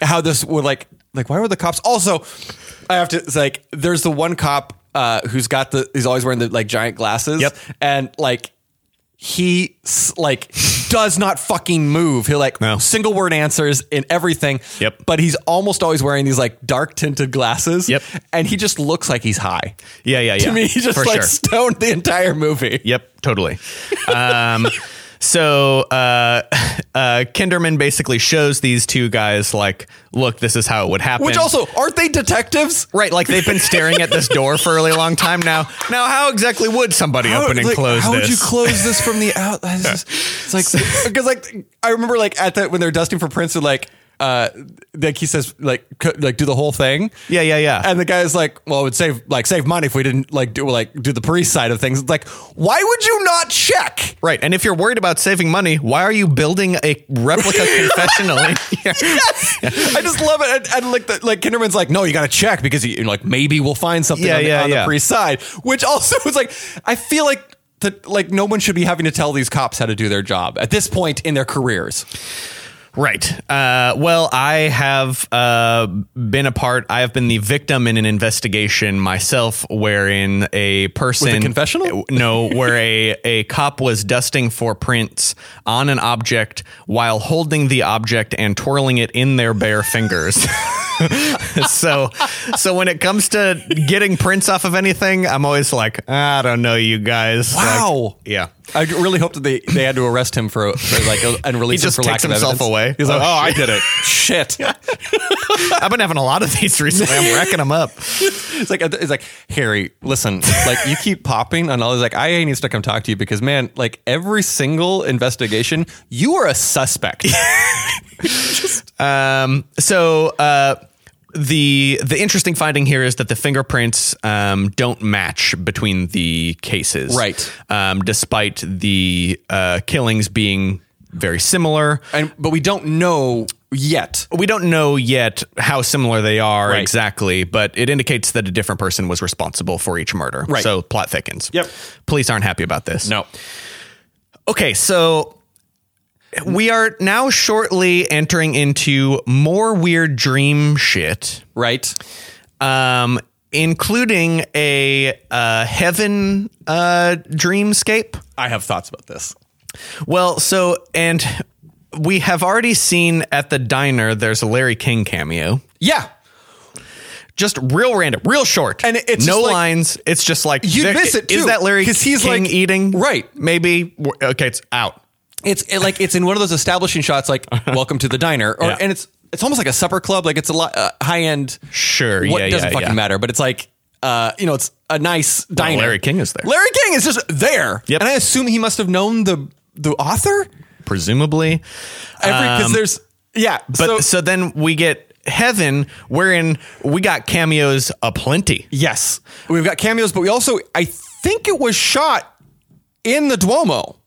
how this would like like why were the cops also i have to it's like there's the one cop uh who's got the he's always wearing the like giant glasses Yep. and like he s- like does not fucking move he like No. single word answers in everything Yep. but he's almost always wearing these like dark tinted glasses Yep. and he just looks like he's high Yeah, yeah, yeah. <laughs> to me he's just For sure. like stoned the entire movie Yep, <laughs> totally. Um, so uh, <laughs> uh, Kinderman basically shows these two guys like, look, this is how it would happen. which also aren't they detectives Right, like they've been staring at this door for a really long time now. Now, how exactly would somebody open and like, close how this? would you close this <laughs> from the out? This is- It's like because like I remember like at that when they're dusting for prints and like uh like he says like co- like do the whole thing. Yeah, yeah, yeah. And the guy's like, well, it would save like save money if we didn't like do like do the priest side of things. It's like why would you not check? <laughs> Right, and if you're worried about saving money, why are you building a <laughs> replica confessional? in here? I just love it. And, and like the, like Kinderman's like, no, you got to check because you, like maybe we'll find something Yeah, on, the, yeah, on yeah. the priest side. Which also <laughs> is like, I feel like. That, like no one should be having to tell these cops how to do their job at this point in their careers. Right. Uh, well, I have uh, been a part. I have been the victim in an investigation myself, wherein a person Uh, confessional? No, where a a cop was dusting for prints on an object while holding the object and twirling it in their bare fingers. <laughs> so, so when it comes to getting prints off of anything, I'm always like, I don't know, you guys. Like, Wow. yeah. I really hope that they, they had to arrest him for, for like and release He him just for lack takes of himself evidence. away. He's like, Oh, oh, I did it. Shit. I've been having a lot of these <laughs> recently. I'm racking them up. <laughs> It's like it's like Harry, listen, like you keep popping and all. He's like, I needs to come talk to you because man, like every single investigation, you are a suspect. Um, so uh, the the interesting finding here is that the fingerprints um, don't match between the cases, Right. Um, despite the uh, killings being very similar. and but we don't know yet. We don't know yet how similar they are Right. exactly, but it indicates that a different person was responsible for each murder. Right. So plot thickens. Yep. Police aren't happy about this. Okay, so we are now shortly entering into more weird dream shit Right? um, including a uh, heaven uh, dreamscape. I have thoughts about this. Well, so and we have already seen at the diner. There's a Larry King cameo. Yeah. Just real random, real short, And it's no just like- lines. it's just like You'd there- miss it, Is too, that Larry 'cause he's, King like- eating? Right. maybe. Okay, it's out. It's it, like it's in one of those establishing shots like welcome to the diner or Yeah. and it's it's almost like a supper club like it's a lot uh, high end Sure, what yeah, doesn't yeah, fucking yeah. matter. But it's like, uh, you know, it's a nice diner. Larry King is there. Larry King is just there. Yep. And I assume he must have known the the author Presumably, because there's yeah. Um, but so, so, then we get heaven, wherein we got cameos aplenty. yes, we've got cameos, but we also I think it was shot in the Duomo.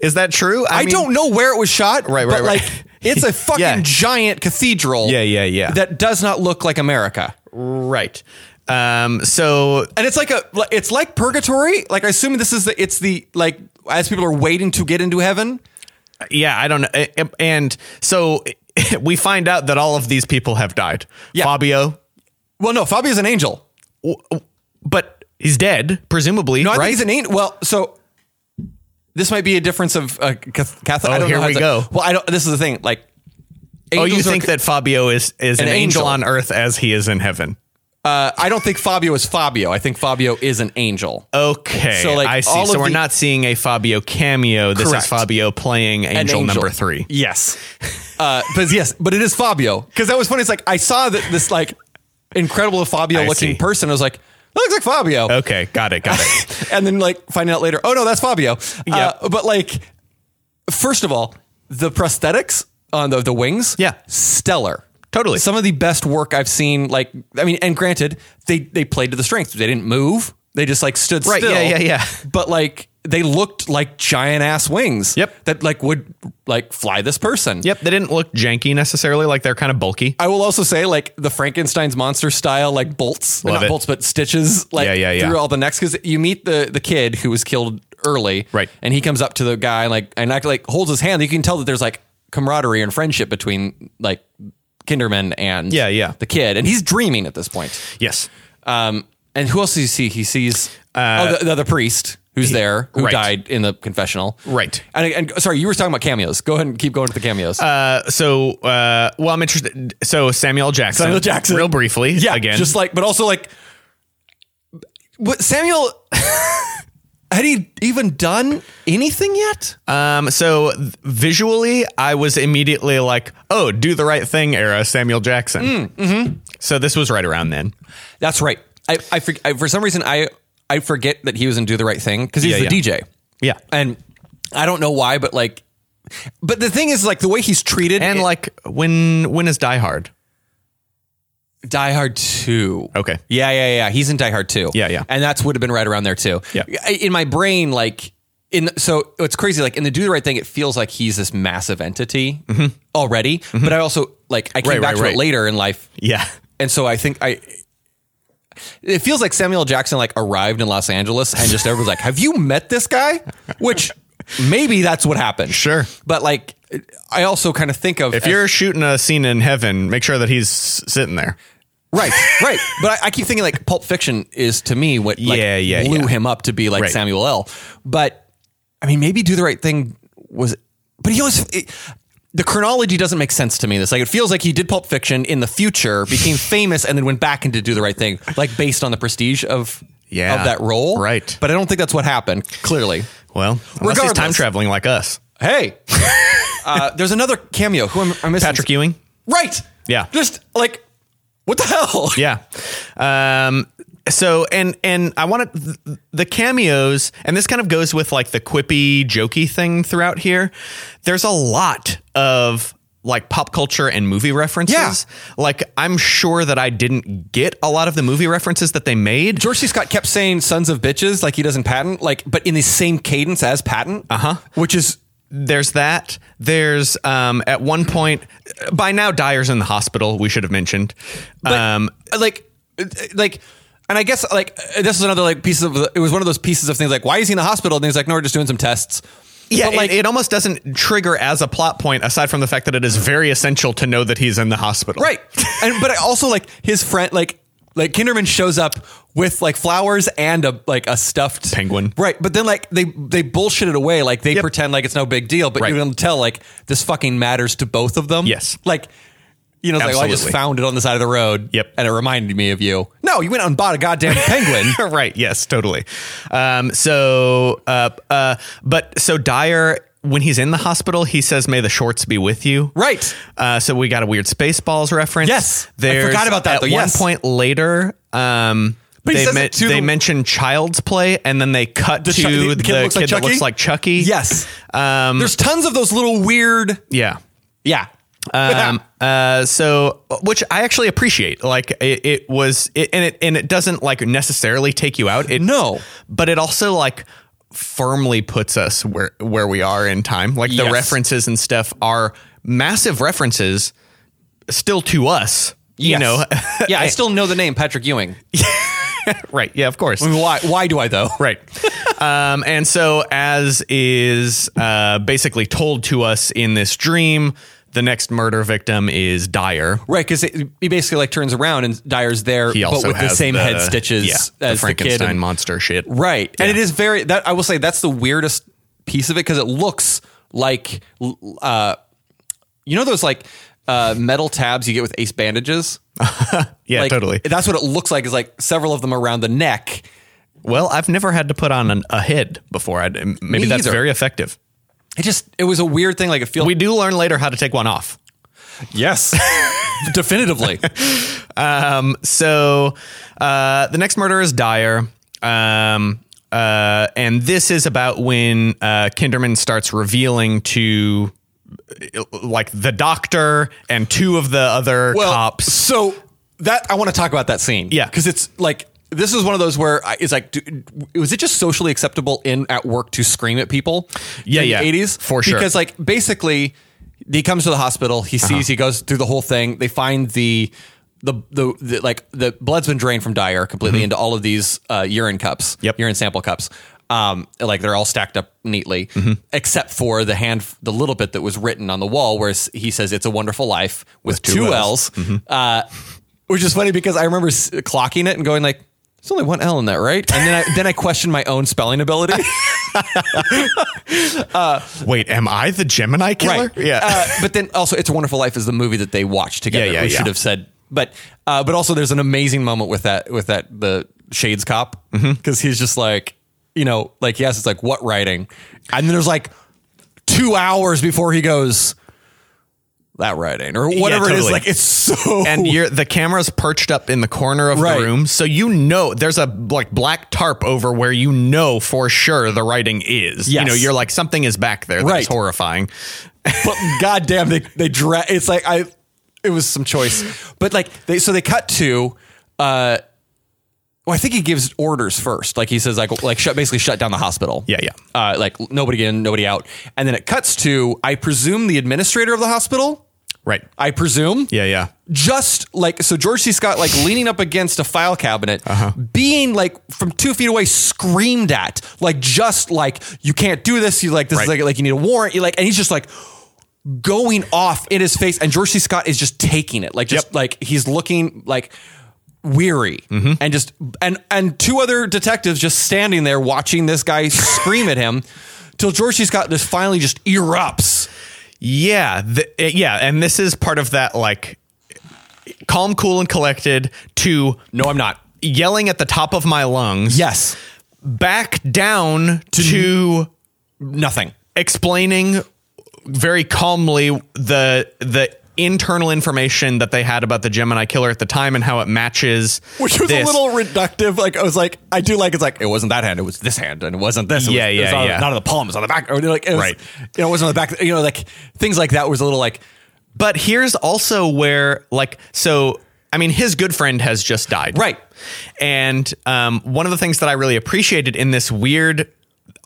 Is that true? I, mean- don't know where it was shot. Right, right, but right. Like it's a <laughs> fucking Yeah. giant cathedral. Yeah, yeah, yeah. That does not look like America. Right. Um, so and it's like a it's like purgatory like i assume this is the it's the like as people are waiting to get into heaven. yeah, I don't know. And so <laughs> we find out that all of these people have died. Yeah. Fabio, Well, no, Fabio's an angel. but he's dead, presumably. No, I right? think he's an angel. Well, so this might be a difference of uh, Cath- Catholic. Oh, I don't here know how we to- go. Well, I don't. This is the thing. Like, oh, you angels are- think that Fabio is is an, An angel. angel. on earth as he is in heaven? uh, I don't think Fabio is Fabio. I think Fabio is an angel. Uh, Okay, so So, like like, I see. all so of we're the- not seeing a Fabio cameo. This Correct. is Fabio playing angel, An number three. Yes. Uh, but yes, but it is Fabio. Because that was funny. It's like I saw that this like incredible Fabio I looking see. person. I was like, that looks like Fabio. Okay, got it, got it. <laughs> and then like finding out later, oh no, that's Fabio. Yep. Uh, but like, first of all, the prosthetics on the the wings, Yeah. stellar. Totally. some of the best work I've seen. Like, I mean, and granted, they they played to the strength. They didn't move. They just like stood Right, still. yeah, yeah, yeah. But like, they looked like giant ass wings. Yep. That like would like fly this person. yep, they didn't look janky necessarily. Like they're kind of bulky. I will also say like the Frankenstein's monster style like bolts, Love not it. bolts but stitches like Yeah, yeah, yeah. through all the necks because you meet the the kid who was killed early, Right. And he comes up to the guy like and act like holds his hand. You can tell that there's like camaraderie and friendship between like Kinderman and Yeah, yeah. the kid, and he's dreaming at this point. Yes, Um, and who else does he see? He sees oh, the, the, the priest who's there who Uh, right. died in the confessional, Right. And, and sorry, you were talking about cameos. Go ahead and keep going to the cameos. so uh well i'm interested so samuel jackson Samuel Jackson. real briefly Yeah, again just like, but also like, but Samuel <laughs> had he even done anything yet? um so th- visually i was immediately like oh do the right thing era samuel jackson Mm, mm-hmm. so this was right around then That's right. I, I, for, I for some reason I I forget that he was in Do the Right Thing because he's Yeah, the yeah. DJ. Yeah. and I don't know why, but like, but the thing is like the way he's treated and it- like when when is die hard Die Hard 2. Okay. Yeah, yeah, yeah. He's in Die Hard 2. Yeah, yeah. And that's would have been right around there too. Yeah. I- In my brain, like in so it's crazy, like in the do the right thing, it feels like he's this massive entity already. But I also like I came Mm-hmm. Right, back right, to right. it later in life. yeah And so I think I it feels like Samuel Jackson like arrived in Los Angeles and just everyone's like, Have you met this guy? Which maybe that's what happened. Sure. But like I also kind of think of if you're shooting a scene in heaven make sure that he's s- sitting there Right, right. <laughs> But I, I keep thinking like Pulp Fiction is to me what like, Yeah, yeah, blew yeah. him up to be like Right. Samuel L. But I mean, maybe Do the Right Thing was, but he always. It, the chronology doesn't make sense to me. This like it feels like he did Pulp Fiction in the future, <laughs> became famous, and then went back into Do the Right Thing, like based on the prestige of Yeah, of that role, right. But I don't think that's what happened. Clearly, well unless he's time Regardless. traveling like us <laughs> hey, uh, there's another cameo. Who am I missing? patrick ewing Right. Yeah. Just like what the hell? Yeah. Um, so and and I want to the cameos, and this kind of goes with like the quippy, jokey thing throughout here. There's a lot of like pop culture and movie references. Yeah. Like I'm sure that I didn't get a lot of the movie references that they made. George C. Scott kept saying "sons of bitches" like he doesn't patent, like but in the same cadence as patent, uh huh, which is There's that. There's um, at one point by now Dyer's in the hospital. We should have mentioned. um, like like. And I guess like this is another like piece of it was one of those pieces of things like why is he in the hospital and he's like no we're just doing some tests Yeah, But, like, like it, it almost doesn't trigger as a plot point, aside from the fact that it is very essential to know that he's in the hospital. right and but I also like his friend like like Kinderman shows up with like flowers and a like a stuffed Penguin. right but then like they they bullshit it away like they Yep. pretend like it's no big deal but Right. you can tell like this fucking matters to both of them Yes. like you know, it's like, well, I just Absolutely. found it on the side of the road. Yep. And it reminded me of you. No, you went out and bought a goddamn <laughs> penguin. <laughs> right. Yes, totally. Um, so, uh, uh, but so Dyer, when he's in the hospital, he says, "May the shorts be with you." right. Uh, so we got a weird Spaceballs reference. Yes. I There's- forgot about that, At though. one Yes. point later, um, But he they, says it men- to they the- mention Child's Play, and then they cut The to Chuck- the- the, the kid that looks kid like that looks Chucky? like Chucky. Yes. Um, There's tons of those little weird. Yeah. Yeah. um, uh, so which I actually appreciate. Like it, it was, it, and it and it doesn't like necessarily take you out. It, <laughs> No. but it also like firmly puts us where where we are in time. Like the Yes. references and stuff are massive references, still to us. You Yes. know, <laughs> yeah, I still know the name Patrick Ewing. right? Yeah, of course. Why? Why do I though? Right. <laughs> Um, and so, as is uh, basically told to us in this dream, the next murder victim is Dyer. Right, because he basically like turns around and Dyer's there, He but also with the has same head stitches yeah, as the the, Frankenstein kid. and- monster shit. right, and Yeah. it is very that I will say that's the weirdest piece of it because it looks like l- uh, you know those like uh, metal tabs you get with ace bandages. Yeah, Like, totally. That's what it looks like. Is like several of them around the neck. Well, I've never had to put on an, a head before. I, maybe Me that's either. very effective. It just it was a weird thing. Like it feels We do learn later how to take one off. yes, <laughs> <laughs> definitively. Um, so uh, the next murder is Dyer. Um, uh, and this is about when uh, Kinderman starts revealing to uh, like the doctor and two of the other cops. So that I want to talk about that scene. Yeah. because it's like this is one of those where I, it's like, do, was it just socially acceptable in at work to scream at people? Yeah, in yeah, the eighties for sure. Because like basically, he comes to the hospital. Uh-huh. He sees. He goes through the whole thing. They find the. The, the, the like the blood's been drained from Dyer completely into all of these uh, urine cups, Mm-hmm. Yep. urine sample cups. Um, like they're all stacked up neatly, Mm-hmm. except for the hand, the little bit that was written on the wall, where s- he says "It's a Wonderful Life" with, two two Ls. Mm-hmm. L's, uh, which is funny because I remember s- clocking it and going like, "There's only one L in that, right?" And then I then I questioned my own spelling ability. <laughs> Wait, am I the Gemini killer? Right. Yeah. <laughs> Uh, but then also, It's a Wonderful Life is the movie that they watched together. Yeah, yeah, we yeah. should have said. But uh, but also, there's an amazing moment with that with that the Shades cop because Mm-hmm. he's just like you know like yes it's like what writing, and then there's like two hours before he goes that writing or whatever it is. totally. Like it's so <laughs> and you're the camera's perched up in the corner of Right. the room so you know there's a like black tarp over where you know for sure the writing is you Yes. know you're like something is back there that's Right. horrifying but goddamn, they they dra- It's like I, it was some choice, but like they so they cut to. uh well, I think he gives orders first. Like he says, like like shut, basically shut down the hospital. Yeah, yeah. Uh, like nobody in, nobody out, and then it cuts to I presume the administrator of the hospital. right I presume. yeah yeah Just like so, George C. Scott like leaning up against a file cabinet, being like from two feet away, screamed at, like just like you can't do this. You like this is Right. like like you need a warrant. You like, and he's just like going off in his face, and George C. Scott is just taking it, like just Yep. like he's looking like weary and just and and two other detectives just standing there watching this <laughs> guy scream at him till George C. Scott just finally just erupts. yeah th- it- yeah and this is part of that like calm cool and collected to No, I'm not. yelling at the top of my lungs Yes, back down to nothing. explaining very calmly the the internal information that they had about the Gemini killer at the time and how it matches Which was this. a little reductive. Like I was like, I do like it's like it wasn't that hand, it was this hand, and it wasn't this. It was- Yeah, it was yeah, on- yeah. Not on the palm, it was on the back. Or like, it was, Right. You know, it wasn't on the back. You know, like things like that was a little like But here's also where like so I mean his good friend has just died. Right. And um, one of the things that I really appreciated in this weird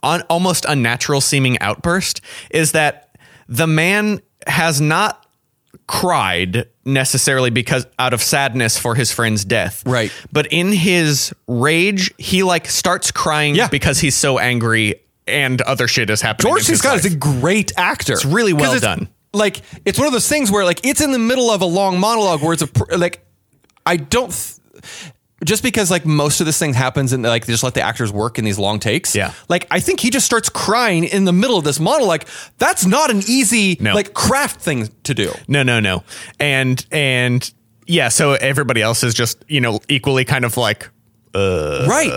un- almost unnatural seeming outburst is that the man has not cried necessarily because out of sadness for his friend's death. Right. But in his rage, he like starts crying Yeah. because he's so angry and other shit is happening. George in C. his Scott life. is a great actor. It's really well done. Like it's one of those things where like it's in the middle of a long monologue where it's a pr- like I don't th- just because like most of this thing happens and like they just let the actors work in these long takes. Yeah. Like I think he just starts crying in the middle of this monologue. That's not an easy No. like craft thing to do. No, no, no. And and yeah, so everybody else is just, you know, equally kind of like right.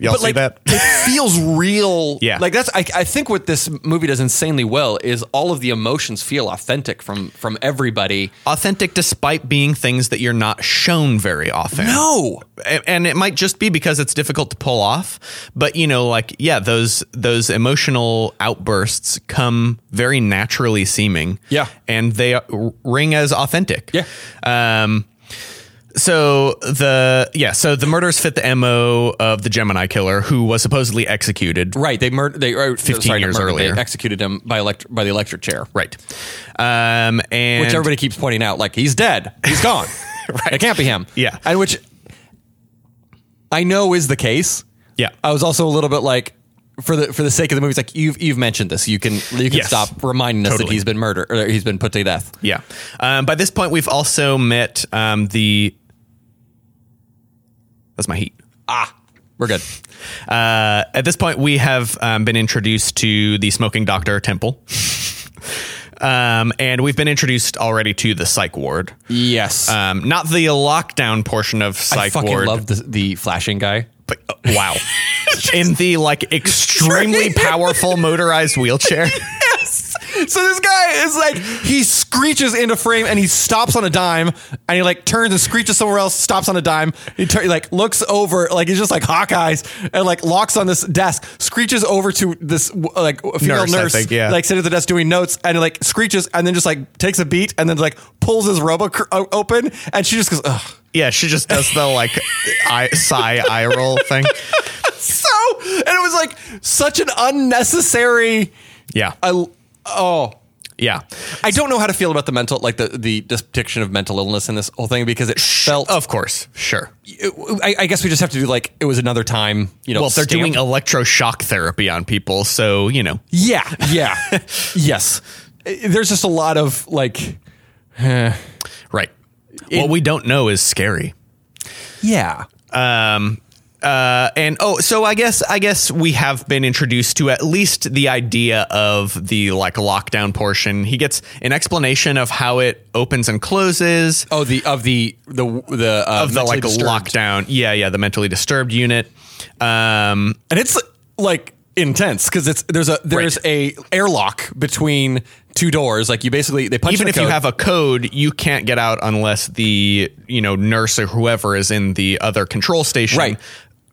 y'all see like, Uh, that? it feels real. <laughs> Yeah. Like that's I, I think what this movie does insanely well is all of the emotions feel authentic from from everybody. authentic despite being things that you're not shown very often. No. A- And it might just be because it's difficult to pull off, but you know, like yeah, those those emotional outbursts come very naturally seeming, Yeah. and they are- ring as authentic, Yeah. Um, so the yeah, so the murders fit the mo of the Gemini killer, who was supposedly executed, Right, they murdered. They or, 15 sorry, not years murdered, earlier. They executed him by elect- by the electric chair, Right. Um, and which everybody keeps pointing out. Like he's dead, <laughs> he's gone. right, it can't be him. Yeah. and which I know is the case. Yeah. Oh. I was also a little bit like, for the for the sake of the movie, it's like you've you've mentioned this. You can you can Yes. stop reminding us that Totally. he's been murdered or he's been put to death. Yeah. Um, by this point, we've also met um, the. That's my heat. Ah, We're good. Uh, at this point, we have um, been introduced to the smoking doctor Temple. <laughs> Um, and we've been introduced already to the psych ward. Yes, Um, not the lockdown portion of I psych fucking ward. love the, the flashing guy. but, uh, <laughs> wow. In the like extremely powerful motorized <laughs> wheelchair. So this guy is like he screeches into frame and he stops on a dime and he like turns and screeches somewhere else, stops on a dime. He tur- like looks over like he's just like Hawkeyes and like locks on this desk, screeches over to this w- like female Nurse, nurse, I think, yeah. like sitting at the desk doing notes and like screeches and then just like takes a beat and then like pulls his robo cr- o- open and she just goes ugh. Yeah, she just does the <laughs> like eye, sigh eye roll thing. So and it was like such an unnecessary. Yeah. I oh yeah. I don't know how to feel about the mental, like the the depiction of mental illness in this whole thing because it felt. Of course. Sure. I, I guess we just have to do like it was another time. You know, Well, they're stamp. doing electroshock therapy on people, so you know. yeah, yeah, <laughs> yes. Uh, There's just a lot of like, Right. what we don't know is scary. yeah. Um uh and oh, so I guess I guess we have been introduced to at least the idea of the like lockdown portion. He gets an explanation of how it opens and closes Oh, the of the the the uh, of the like lockdown, lockdown. Yeah, yeah, the mentally disturbed unit. Um and it's like intense because it's there's a there's a airlock between two doors. Like you basically they punch even in a if you code. have a code, you can't get out unless the you know nurse or whoever is in the other control station. Right.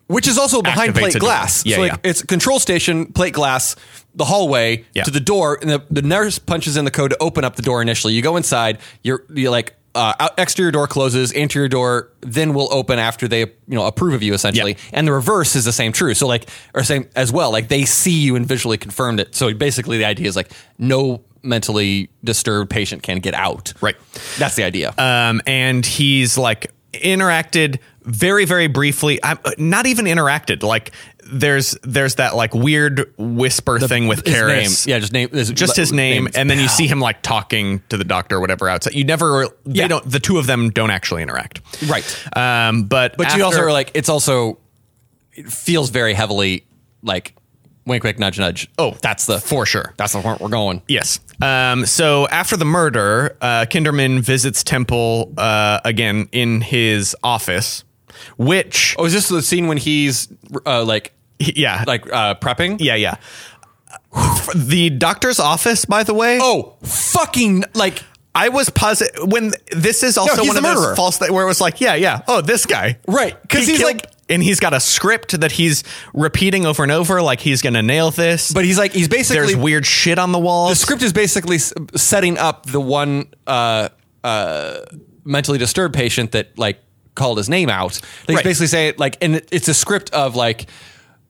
Which is also behind Activates a plate door. glass. Yeah, so like yeah. it's control station, plate glass, the hallway Yeah. to the door, and the, the nurse punches in the code to open up the door initially. You go inside, you're you like uh, out, exterior door closes, interior door then will open after they you know approve of you essentially, Yeah. and the reverse is the same true. So like or same as well, like they see you and visually confirmed it. So basically the idea is like no mentally disturbed patient can get out. Right. That's the idea. um, and he's like interacted very very briefly i'm uh, not even interacted like there's there's that like weird whisper thing with his name, Karis. yeah, just name, just his name and then you see him like talking to the doctor or whatever outside you never they Yeah. don't the two of them don't actually interact right. um but But after- you also are like, it's also it feels very heavily like wink, wink, nudge, nudge. Oh, that's the for sure. That's the point we're going. Yes. Um, so after the murder, uh, Kinderman visits Temple uh, again in his office, which, Oh, is this the scene when he's uh, like yeah, like uh, prepping? Yeah, yeah. The doctor's office, by the way. Oh, fucking like I was positive when this is also he's one the of those murderer. false thi- where it was like, yeah, yeah. Oh, this guy, Right, 'cause He he's killed- like- and he's got a script that he's repeating over and over, like he's gonna nail this. but he's like he's there's basically weird shit on the wall. the script is basically s- setting up the one uh, uh, mentally disturbed patient that like called his name out. They Right. basically say like, and it- it's a script of like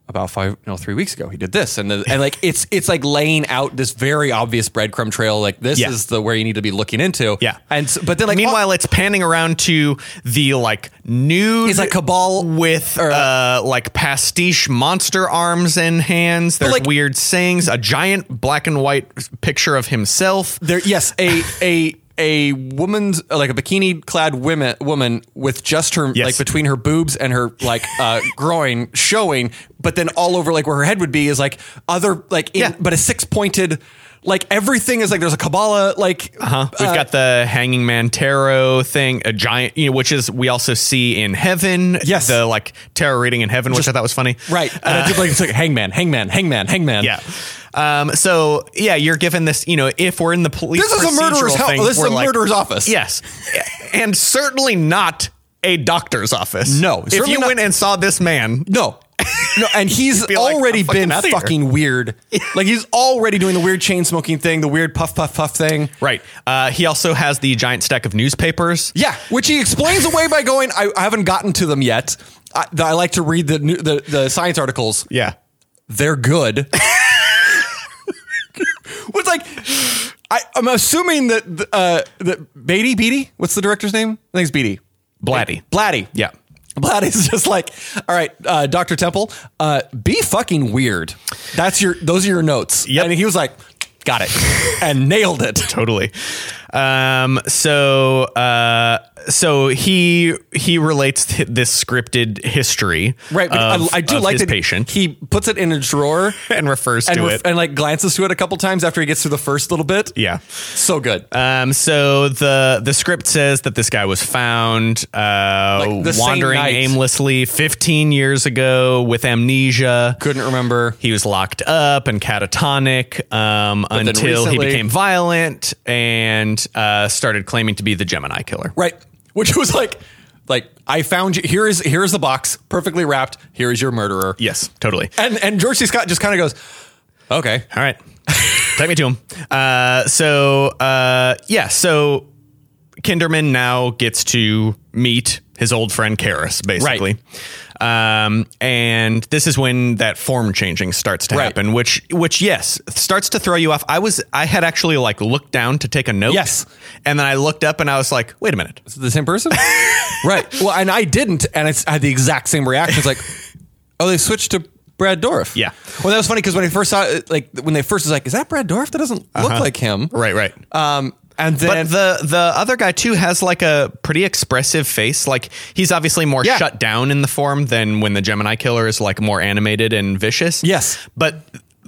about five, no, three weeks ago he did this, and the, and like it's it's like laying out this very obvious breadcrumb trail. Like this Yeah. is the where you need to be looking into. Yeah, and s- but then like meanwhile, it's panning around to the like nude. It's like Cabal with uh, like pastiche monster arms and hands. There's like- weird sayings. A giant black and white picture of himself. there yes a a a woman's like a bikini clad women woman with just her Yes. like between her boobs and her like <laughs> uh groin showing but then all over like where her head would be is like other like in, Yeah. but a six pointed like everything is like there's a kabbalah like Huh? Uh-huh. We've uh, got the Hanging Man Tarot thing, a giant, you know, which is we also see in Heaven. Yes. the like tarot reading in Heaven, which I thought was funny. Uh, right and I did, like it's like hangman hangman hangman hangman Yeah. Um, so yeah, you're given this. You know, if we're in the police, this is a murderer's procedural house thing, this is we're a like- murderer's office Yes, and certainly not a doctor's office. No, if certainly you not- went and saw this man, No. No, <laughs> and he's be like, already "I'm fucking been outta fucking, here." <laughs> weird. Like he's already doing the weird chain smoking thing, the weird puff puff puff thing. right? Uh, he also has the giant stack of newspapers. Yeah, which he explains away by going, I, I haven't gotten to them yet. I, th- I like to read the, new, the the science articles. Yeah. They're good. <laughs> What's like, I, I'm assuming that th- uh, that Beatty Beatty, what's the director's name? I think it's Beatty Blatty. Blatty. Yeah. Blatt is just like, all right, uh, Doctor Temple, uh, be fucking weird. That's your. Those are your notes. Yep. And he was like, got it, and nailed <laughs> it. totally. Um, so uh, so he he relates th- this scripted history, Right. But Of, I, I do of like his that patient He puts it in <laughs> a drawer and refers and to ref- it. and like glances to it a couple times after he gets through the first little bit. yeah. So good. Um, so the the script says that this guy was found uh, Like the same wandering night. aimlessly 15 years ago with amnesia. Couldn't remember. He was locked up and catatonic um, then until he recently- became violent and uh, started claiming to be the Gemini killer. Right. Which was like, like I found you. Here is here is the box, perfectly wrapped. Here is your murderer. Yes, totally. And and George C. Scott just kind of goes, okay. All right. Take me to him. Uh, so, uh, yeah. So, Kinderman now gets to meet his old friend Karis, basically. Um, and this is when that form changing starts to Right. happen, which, which, yes, starts to throw you off. I was, I had actually like looked down to take a note. Yes. And then I looked up and I was like, wait a minute. Is it the <laughs> same person? right. Well, and I didn't, and it's, I had the exact same reaction. It's like, oh, they switched to Brad Dorff. Yeah. Well, that was funny because when I first saw, it, like, when they first was like, is that Brad Dorff? That doesn't look like him. Uh-huh. Right, right. Um, and But then the the other guy too has like a pretty expressive face. Like he's obviously more Yeah. shut down in the form than when the Gemini killer is like more animated and vicious. Yes. but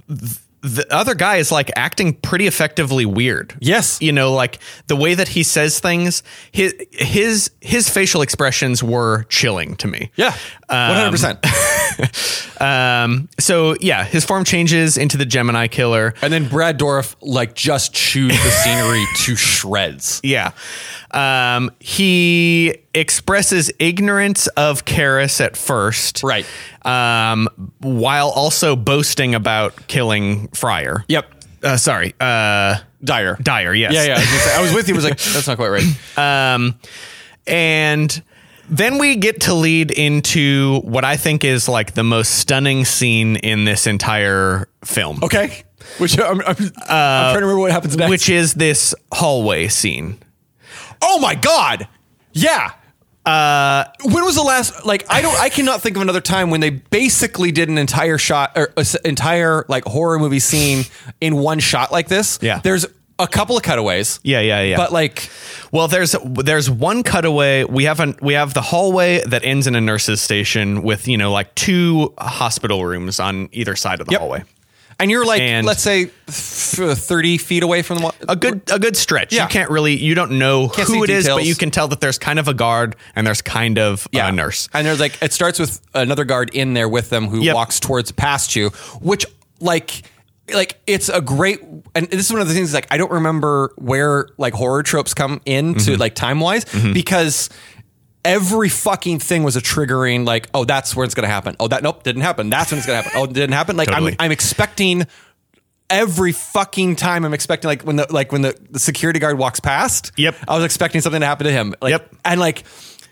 th- the other guy is like acting pretty effectively weird. Yes. you know, like the way that he says things. His his his facial expressions were chilling to me. yeah, one hundred percent. Um. So yeah, his form changes into the Gemini killer. And then Brad Dorff like just chewed the scenery <laughs> to shreds. Yeah. Um, he expresses ignorance of Karis at first. Right. Um, while also boasting about killing Fryer. Yep. Uh, sorry. Uh, Dyer. Dyer, yes. Yeah, yeah. I was, gonna say- I was with you. I was like, that's not quite right. Um, and then we get to lead into what I think is like the most stunning scene in this entire film. <laughs> Okay. Which I'm, I'm, I'm trying to remember what happens next. Uh, Which is this hallway scene. Oh my god. Yeah. Uh, when was the last? Like, I don't. I cannot think of another time when they basically did an entire shot or a s entire like horror movie scene in one shot like this. Yeah. There's a couple of cutaways. Yeah, yeah, yeah. But like, Well, there's there's one cutaway. We have an, we have the hallway that ends in a nurse's station with you know like two hospital rooms on either side of the hallway. and you're like, And- let's say, f- thirty feet away from the. wa- A good a good stretch. Yeah. You can't really you don't know see who it is, but details. you can tell that there's kind of a guard and there's kind of a nurse. And there's like it starts with another guard in there with them who Yep. walks towards past you, which like like it's a great and this is one of the things like I don't remember where like horror tropes come in Mm-hmm. to like time wise because every fucking thing was a triggering like oh that's where it's gonna happen oh that nope didn't happen that's when it's gonna happen oh it didn't happen like Totally. I'm I'm expecting every fucking time I'm expecting like when the like when the, the security guard walks past Yep. I was expecting something to happen to him like Yep. and like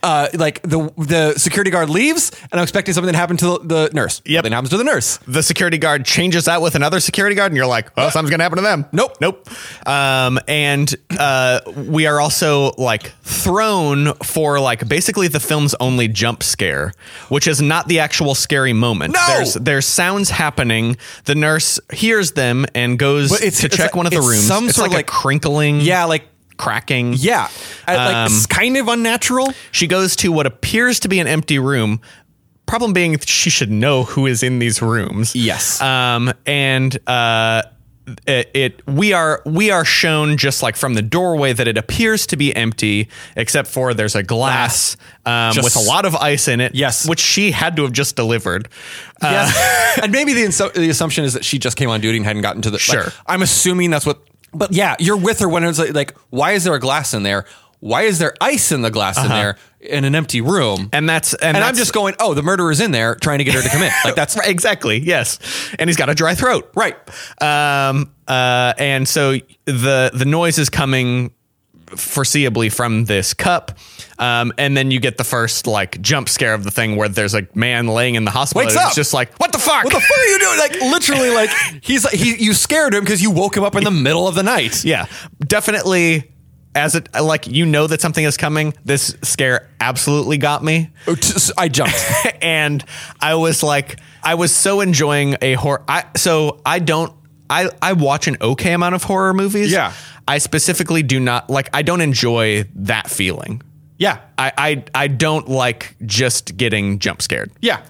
uh, like the the security guard leaves, and I'm expecting something to happen to the, the nurse. Yep. Nothing happens to the nurse. The security guard changes out with another security guard, and you're like, "Oh, something's gonna happen to them." Nope. nope. Um, and uh, we are also like thrown for like basically the film's only jump scare, which is not the actual scary moment. No! There's there's sounds happening. The nurse hears them and goes But it's- to it's check like- one of the it's rooms. some it's sort like, of, like- a crinkling, Yeah, like cracking, yeah, I- Um, like it's kind of unnatural. she goes to what appears to be an empty room. Problem being, she should know who is in these rooms. Yes. Um, and uh, it, it we are we are shown just like from the doorway that it appears to be empty, except for there's a glass um, Just- with a lot of ice in it. Yes. which she had to have just delivered. Uh, Yes, Uh, <laughs> and maybe the insu- the assumption is that she just came on duty and hadn't gotten to the. like, Sure. I'm assuming that's what. But yeah, you're with her when it's like, like, why is there a glass in there? Why is there ice in the glass in there in an empty room? Uh-huh. And that's and, and that's, I'm just going, oh, the murderer's in there trying to get her to come in. Like that's <laughs> Right, exactly. Yes, and he's got a dry throat. Right. Um. Uh. And so the the noise is coming foreseeably from this cup. Um. And then you get the first like jump scare of the thing where there's a man laying in the hospital. Wakes and up. It's just like what the fuck. What <laughs> the fuck are you doing? Like literally, like he's like he you scared him because you woke him up in the middle of the night. yeah. Definitely. as it like you know that something is coming. This scare absolutely got me. Oh, t- s- <laughs> I jumped. and I was like, I was so enjoying a horror. I, so I don't. I I watch an okay amount of horror movies. Yeah. I specifically do not like. I don't enjoy that feeling. Yeah. I I, I don't like just getting jump scared. Yeah.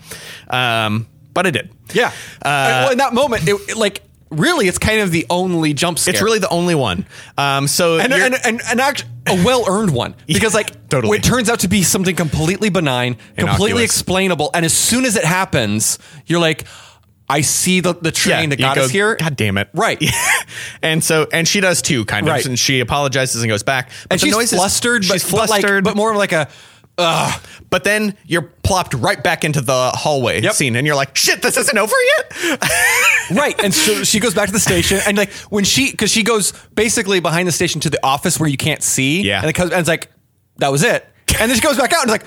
Um. But I did. Yeah. And, Uh, well, in that moment, it, it, like really, it's kind of the only jump scare. It's really the only one. Um. So and you're- and and, and act, a well <laughs> earned one because like totally. it turns out to be something completely benign, completely Innocuous. explainable, and as soon as it happens, you're like, I see the the train that you got go, us here. God damn it. <laughs> Right. and so and she does too, kind of. Right. And she apologizes and goes back. But And the she's noise is- flustered, but, she's but, like- flustered. but more of like a But then you're plopped right back into the hallway Yep. scene, and you're like, "Shit, this isn't over yet." <laughs> right. And so she goes back to the station, and like when she because she goes basically behind the station to the office where you can't see. Yeah. and it comes and it's like that was it, and then she goes back out and it's like.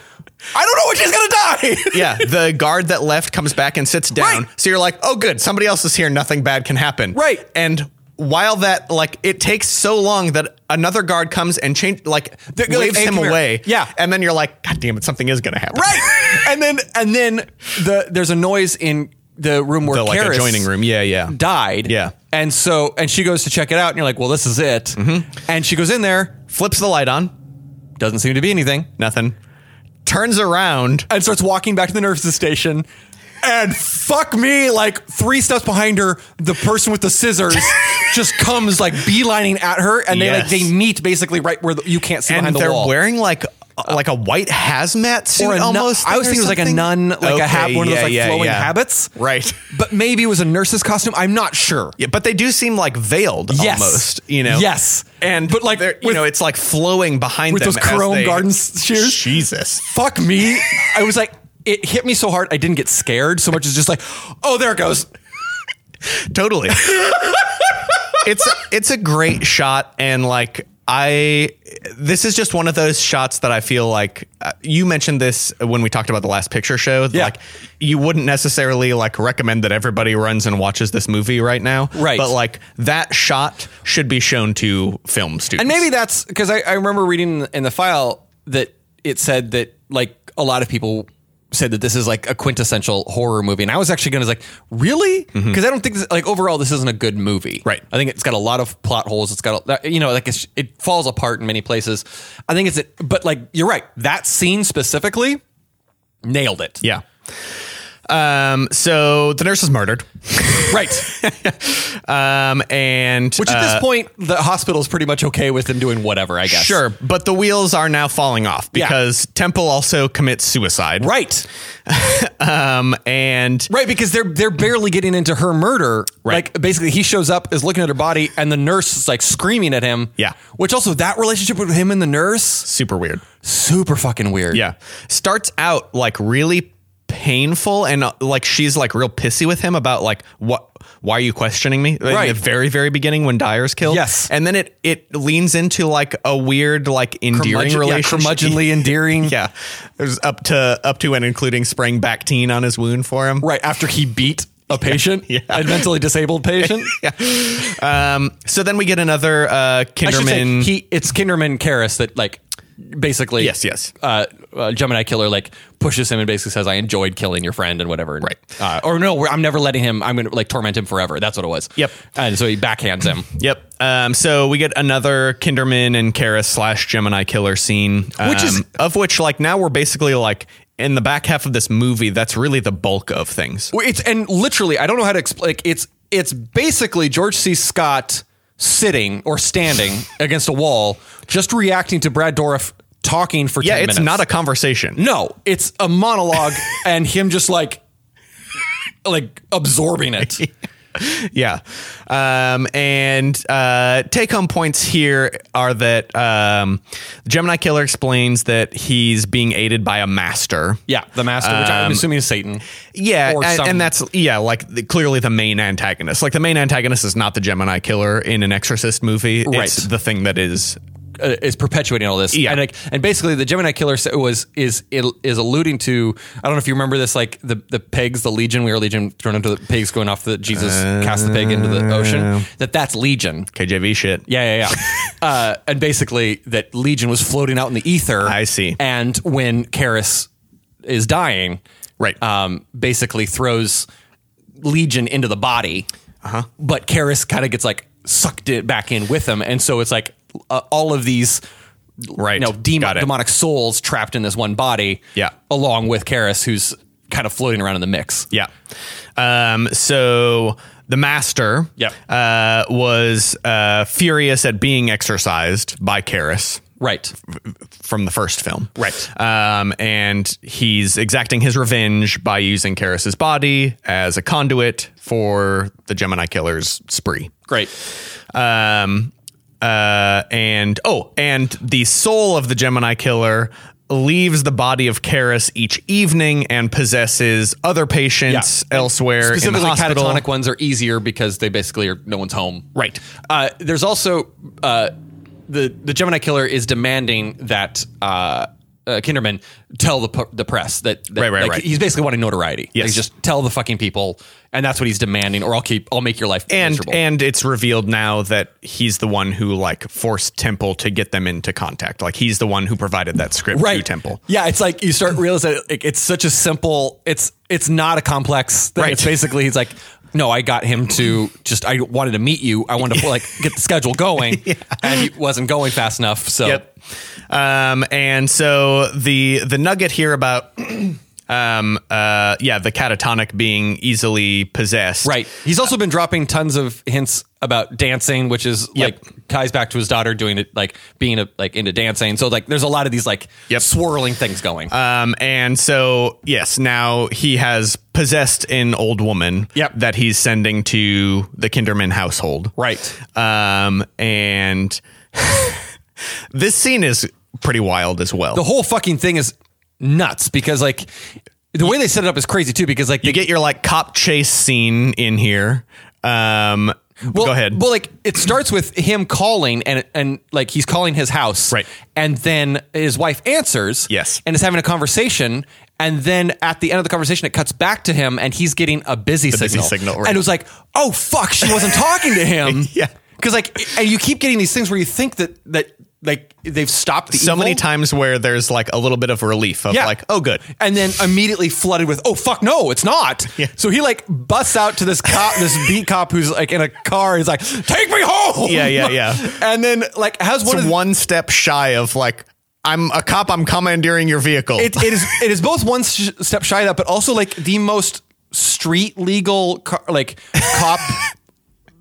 I don't know when she's gonna die. <laughs> yeah, the guard that left comes back and sits down. Right. So you're like, "Oh, good, somebody else is here. Nothing bad can happen." Right. And while that like it takes so long that another guard comes and change like They're like, waves "Hey, him come here." away. Yeah. And then you're like, "God damn it, something is gonna happen." <laughs> <laughs> right? And then and then the there's a noise in the room where The like Karis adjoining room. Yeah, yeah. died. Yeah. and so and she goes to check it out, and you're like, well, this is it. Mm-hmm. And she goes in there, Flips the light on. doesn't seem to be anything, Nothing. Turns around. and starts walking back to the nurses' station. And fuck me, like three steps behind her, the person with <laughs> the scissors just comes like beelining at her, and they Yes. like they meet basically right where the, you can't see and behind the they're wall. wearing like uh, like a white hazmat suit or a nun- almost. I was thing or thinking it was like a something? nun, like a hab- one of those, like, flowing habits. right? but maybe it was a nurse's costume. I'm not sure. Yeah, but they do seem like veiled Yes. almost, you know. Yes. and But, like, they're- you with- know, it's like flowing behind with them those as chrome they- garden s- shears. Jesus, <laughs> fuck me. I was like, it hit me so hard I didn't get scared so much as just like, oh, there it goes. <laughs> totally. it's it's a great shot, and like I, this is just one of those shots that I feel like uh, you mentioned this when we talked about the last picture show. that, Yeah. Like you wouldn't necessarily like recommend that everybody runs and watches this movie right now, Right. But like that shot should be shown to film students, And maybe that's because I, I remember reading in the file that it said that like a lot of people said that this is like a quintessential horror movie, and I was actually going to like, really? Because I don't think this, like overall this isn't a good movie, Mm-hmm. Right. I think it's got a lot of plot holes. It's got a, you know like it's, it falls apart in many places. I think it's but like you're right. That scene specifically nailed it. yeah. Um. So the nurse is murdered. <laughs> Right. Um. And uh, Which at this point, the hospital's pretty much okay with them doing whatever, I guess. Sure, but the wheels are now falling off Yeah. because Temple also commits suicide. Right. Um, and Right, because they're they're barely getting into her murder. Right. Like basically he shows up, is looking at her body, and the nurse is like screaming at him. Yeah. Which also that relationship with him and the nurse, super weird. super fucking weird. Yeah. Starts out like really painful and uh, like she's like real pissy with him about like what why are you questioning me? Right. In the very very beginning when Dyer's killed. Yes. And then it it leans into like a weird like endearing Curmudgeon- yeah, relationship. curmudgeonly <laughs> endearing. yeah. It was up to up to and including spraying Bactine on his wound for him. Right. After he beat a patient, <laughs> Yeah. a mentally disabled patient. <laughs> Um so then we get another uh I should say, Kinderman he it's Kinderman Karras that like basically Yes, yes. uh, uh Gemini killer like pushes him and basically says I enjoyed killing your friend and whatever Right. uh, or no we're- I'm never letting him I'm gonna like torment him forever that's what it was Yep. and so he backhands him Yep. Um, so we get another Kinderman and Karis slash Gemini killer scene, Which is- um, of which like now we're basically like in the back half of this movie. That's really the bulk of things. Well, it's and literally I don't know how to explain like, it's it's basically George C Scott sitting or standing <laughs> against a wall just reacting to Brad Dorff talking for Yeah, 10 it's minutes. not a conversation. No, it's a monologue <laughs> and him just like like <laughs> absorbing it. <laughs> Yeah. Um, and uh, take home points here are that um, the Gemini killer explains that he's being aided by a master. Yeah, the master, which Um, I'm assuming is Satan. Yeah, Or and, some- and that's yeah, like the, clearly the main antagonist. Like the main antagonist is not the Gemini Killer in an Exorcist movie. Right. It's the thing that is uh, is perpetuating all this. Yeah. and like, and basically the Gemini killer sa- was is it is alluding to. I don't know if you remember this, like the the pigs, the legion. We are legion thrown into the pigs going off the Jesus cast the pig into the ocean. That that's legion. KJV shit. Uh. Yeah, yeah, yeah. <laughs> uh, and basically, that Legion was floating out in the ether. I see. And when Karis is dying, Right. um, basically throws Legion into the body. Uh-huh. But Karis kind of gets like sucked it back in with him, and so it's like uh, all of these right. you know demon, Got it. demonic souls trapped in this one body. Yeah. along with Karis, who's kind of floating around in the mix. Yeah. Um, so the master Yep. uh, was uh, furious at being exorcised by Karis Right. from the first film. Right. Um, and he's exacting his revenge by using Karis's body as a conduit for the Gemini killer's spree. Great. Um, uh, and oh, and the soul of the Gemini killer leaves the body of Karis each evening and possesses other patients Yeah. elsewhere in the Specifically, hospital. catatonic ones are easier because they basically are no one's home. Right. Uh, there's also uh, the the Gemini Killer is demanding that uh, uh, Kinderman tell the pu- the press that, that- Right, right, like, right. he's basically wanting notoriety. Yes. Like, just tell the fucking people, and that's what he's demanding. Or I'll keep I'll make your life And miserable. and it's revealed now that he's the one who like forced Temple to get them into contact. Like he's the one who provided that script to right Temple. Yeah, it's like you start realizing like, it's such a simple. It's it's not a complex thing. Right. It's basically he's like. No, I got him to just. I wanted to meet you. I wanted to like get the <laughs> schedule going, and he wasn't going fast enough. So Yep. Um, and so the the nugget here about <clears throat> um uh yeah the catatonic being easily possessed Right. He's also been dropping tons of hints about dancing, which is Yep. like ties back to his daughter doing it, like being a, like into dancing. So like, there's a lot of these like Yep. swirling things going. Um, and so yes, now he has possessed an old woman Yep. that he's sending to the Kinderman household. Right. Um, and <laughs> this scene is pretty wild as well. the whole fucking thing is nuts because like the way they set it up is crazy too. Because like you get your like cop chase scene in here. Um, Well, go ahead. Well, like it starts with him calling and and like he's calling his house, Right. And then his wife answers, Yes. and is having a conversation. And then at the end of the conversation, it cuts back to him, and he's getting a busy signal. signal, right. And it was like, oh fuck, <laughs> she wasn't talking to him. Yeah. because like, and you keep getting these things where you think that that like they've stopped the so many evil, times where there's like a little bit of relief of Yeah. like, oh, good. and then immediately flooded with, "Oh fuck, no, it's not." Yeah. So he like busts out to this cop, <laughs> this beat cop who's like in a car. He's like, "Take me home!" Yeah, yeah, yeah. <laughs> And then like has one It's of the- one step shy of like, I'm a cop. I'm commandeering your vehicle. it, it is it is both one sh- step shy of that, but also like the most street legal car, like <laughs> cop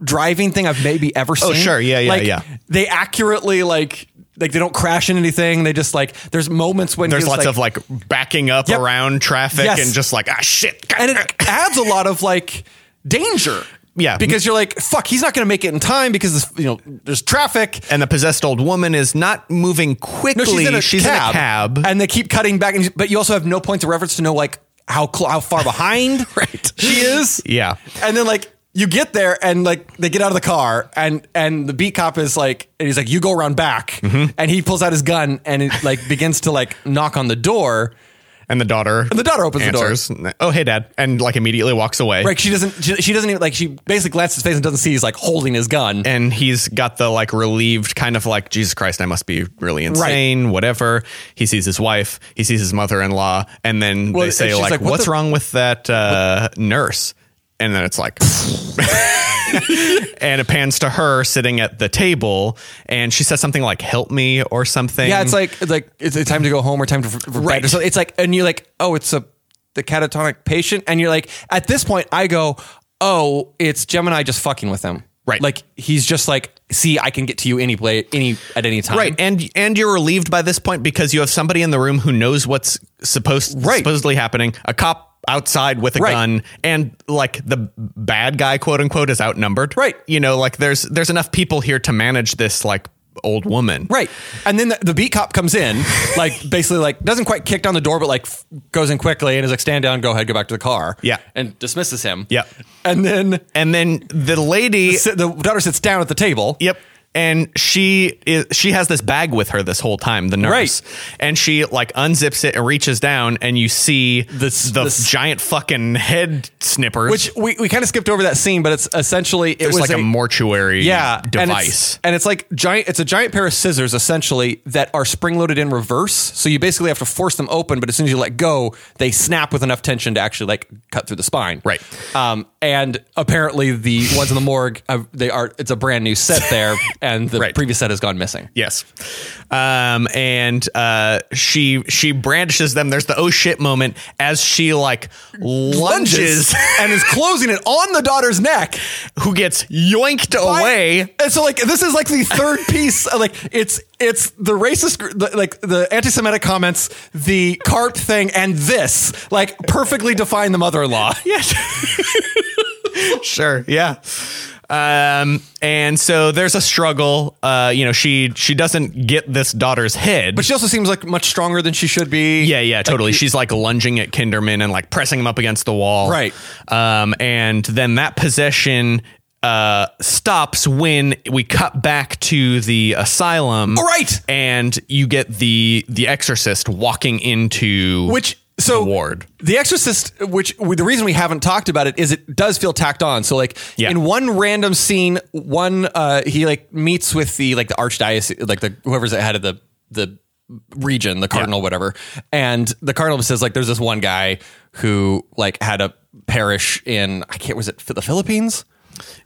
driving thing I've maybe ever seen. Oh, sure. Yeah, yeah, Like, yeah. They accurately like like they don't crash into anything. They just like there's moments when There's he was, lots like, of like backing up Yep. around traffic Yes. and just like ah shit. and it adds a lot of like danger. Yeah. because you're like, fuck, he's not going to make it in time because you know there's traffic. And the possessed old woman is not moving quickly. No, she's in a, cab, cab. and they keep cutting back. And, but you also have no points of reference to know like how cl- how far behind <laughs> Right. she is. Yeah. and then like you get there and like they get out of the car and and the beat cop is like and he's like you go around back Mm-hmm. and he pulls out his gun and it like begins to like knock on the door. And the daughter And the daughter opens the door. answers. Oh hey dad, and like immediately walks away. Like she doesn't, she, she doesn't even like. She basically glances his face and doesn't see he's like holding his gun. And he's got the like relieved kind of like Jesus Christ, I must be really insane. Whatever. He sees his wife. He sees his mother-in-law, and then Well, they say she's like, like, what "What's the- wrong with that uh, nurse?" And then it's like. <laughs> and it pans to her sitting at the table, and she says something like "Help me" or something. Yeah, it's like it's like it's it's time to go home or time to for, for Right. bed. So it's like, and you're like, oh, it's a the catatonic patient, and you're like, at this point, I go, oh, it's Gemini just fucking with him, Right. Like he's just like, see, I can get to you any play, any at any time, Right, and and you're relieved by this point because you have somebody in the room who knows what's supposed Right. supposedly happening. A cop outside with a Right. gun, and like the bad guy, quote unquote, is outnumbered. Right. you know, like there's there's enough people here to manage this like old woman. Right. And then the, the beat cop comes in, <laughs> like basically like doesn't quite kick down the door, but like f- goes in quickly and is like, stand down, go ahead, go back to the car. Yeah. And dismisses him. Yeah. And then and then the lady. sit, the daughter sits down at the table. Yep. and she is she has this bag with her this whole time the nurse Right. and she like unzips it and reaches down and you see This- the this- giant fucking head snippers Which we, we kind of skipped over that scene, but it's essentially it there's was like a, mortuary yeah and it's- device and it's, like giant. It's a giant pair of scissors essentially that are spring loaded in reverse. So you basically have to force them open, but as soon as you let go, they snap with enough tension to actually like cut through the spine. Right. Um, and apparently the ones in the morgue, uh, they are. It's a brand new set there, and the Right. previous set has gone missing. Yes. Um, and uh, she she brandishes them. There's the oh shit moment as she like <laughs> lunges, and is closing it on the daughter's neck. who gets yoinked Why- away. And so like this is like the third piece. uh, Like it's it's the racist, gr- the, like the anti-Semitic comments, the carp thing, and this like perfectly define the mother-in-law. Sure. Yeah. Um, and so there's a struggle. Uh, you know, she she doesn't get this daughter's head. But she also seems like much stronger than she should be. Yeah, yeah, totally. She's like lunging at Kinderman and like pressing him up against the wall. Right. Um, and then that possession uh, stops when we cut back to the asylum. Oh, right. And you get the the exorcist walking into Which so the ward. The Exorcist, which the reason we haven't talked about it is it does feel tacked on. So like Yeah. in one random scene, one uh he like meets with the like the archdiocese, like the whoever's the head of the the region, the cardinal, whatever, and the cardinal says like there's this one guy who like had a parish in I can't was it the Philippines?